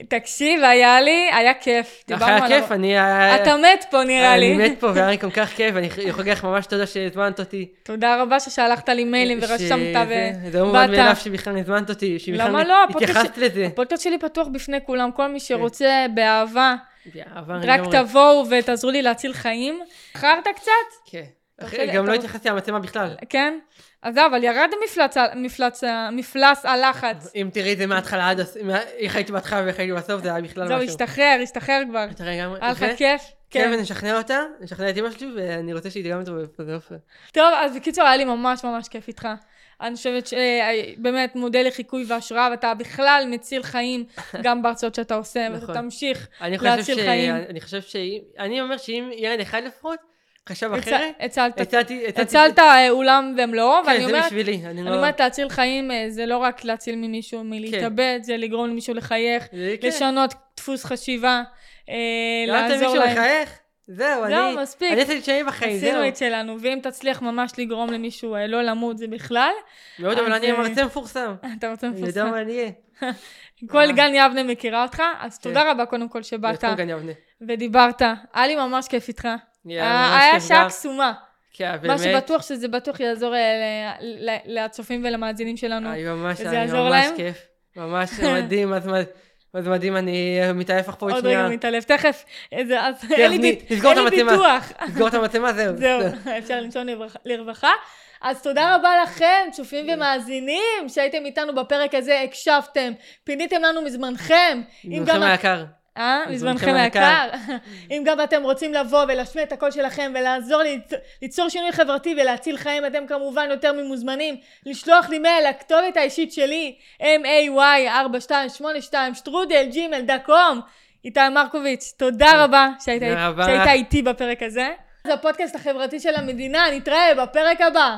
תקשיב, היה לי, היה כיף. דיברנו אחרי על הכיף, המ- אני... אה, אתה מת פה נראה לי. אני מת פה, והיה לי כל כך כיף, אני יכולה לך ממש תודה שהזמנת אותי. תודה רבה ששלחת לי מיילים ורשמת שזה- ובאת. זה לא מובן מאליו שבכלל הזמנת אותי, שבכלל למה לא? הפודקאסט התייחסת לזה. הפודקאסט שלי פתוח בפני כולם, כל מי שרוצה, באהבה. באהבה רק כן. אה, לגמרי. תבואו ותעזרו לי להציל חיים. חרת קצת? כן. אתה אחי, רוצה- גם אתה לא רוצה- התייחסתי למצלמה בכלל. כן? אז זהו, אבל ירד מפלץ ה- מפלץ ה- מפלס הלחץ. אם תראי את זה מההתחלה עד הסוף, איך הייתי בהתחלה ואיך הייתי בסוף, זה היה בכלל לא משהו. זהו, אה, השתחרר, השתחרר כבר. תראה, גם- היה לך זה- כיף? כן, ונשכנע אותה, נשכנע את אמא שלי, ואני רוצה שהיא גם תבוא בפלייאוף. טוב, אז בקיצור, היה לי ממש ממש כיף איתך. אני חושבת שבאמת מודל לחיקוי והשראה, ואתה בכלל מציל חיים גם בהרצאות שאתה עושה, ואתה נכון. תמשיך. אני חושב להציל ש... חיים. אני חושב שאם... אני אומר שאם ילד אחד לפחות חשב הצ- אחרת, הצלת. הצלתי... הצלתי- הצלת אה, אולם במלואו, כן, ואני זה אומרת, בשבילי. אני אני לא... אומרת להציל חיים אה, זה לא רק להציל ממישהו מלהתאבד, זה לגרום למישהו לחייך, זה- כן. לשנות דפוס חשיבה, אה, למה אתה לעזור מישהו להם. מחייך? זהו, אני... זהו, מספיק. אני עשיתי קשיים בחיים, זהו. עשינו את שלנו, ואם תצליח ממש לגרום למישהו אה, לא למות זה בכלל, [LAUGHS] מאוד, אז, לא אבל אני אה, מרצה מפורסם. אתה רוצה אני יודע מפורסם. מה אני אהיה. כל אה. גן יבנה מכירה אותך, אז תודה רבה קודם כל שבאת בתחום גן יבנה. ודיברת. היה לי ממש כיף איתך. יהיה היה ממש אה, היה כיף שעה גם. קסומה. כן, מה באמת. שבטוח שזה בטוח יעזור אה, ל- ל- לצופים ולמאזינים שלנו. היה אה, ממש, וזה היה יעזור ממש להם? כיף. [LAUGHS] ממש מדהים, אז מד- אז מדהים, אני מתעייף לך פה עוד עוד שנייה. כן, רגע מתעלף, תכף. איזה- אז אין לי ני- ביט- נסגור את אין לי המצלמה. ביטוח. תסגור את המצלמה, זהו. [LAUGHS] זהו, [LAUGHS] אפשר לנשום לברכה- לרווחה. אז תודה רבה לכם, צופים ומאזינים, שהייתם איתנו בפרק הזה, הקשבתם, פיניתם לנו מזמנכם. אם מזמנכם גם היקר. אה? מזמנכם מזמנכם היקר. היקר. [LAUGHS] אם גם אתם רוצים לבוא ולהשמיע את הקול שלכם ולעזור לי ליצ- ליצור שינוי חברתי ולהציל חיים, אתם כמובן יותר ממוזמנים לשלוח לי מייל לכתובת האישית שלי, may4282 שטרודל ג'ימל דקום. איתי מרקוביץ', תודה רבה שהיית תודה רבה. שהיית איתי בפרק הזה. זה הפודקאסט החברתי של המדינה, נתראה בפרק הבא.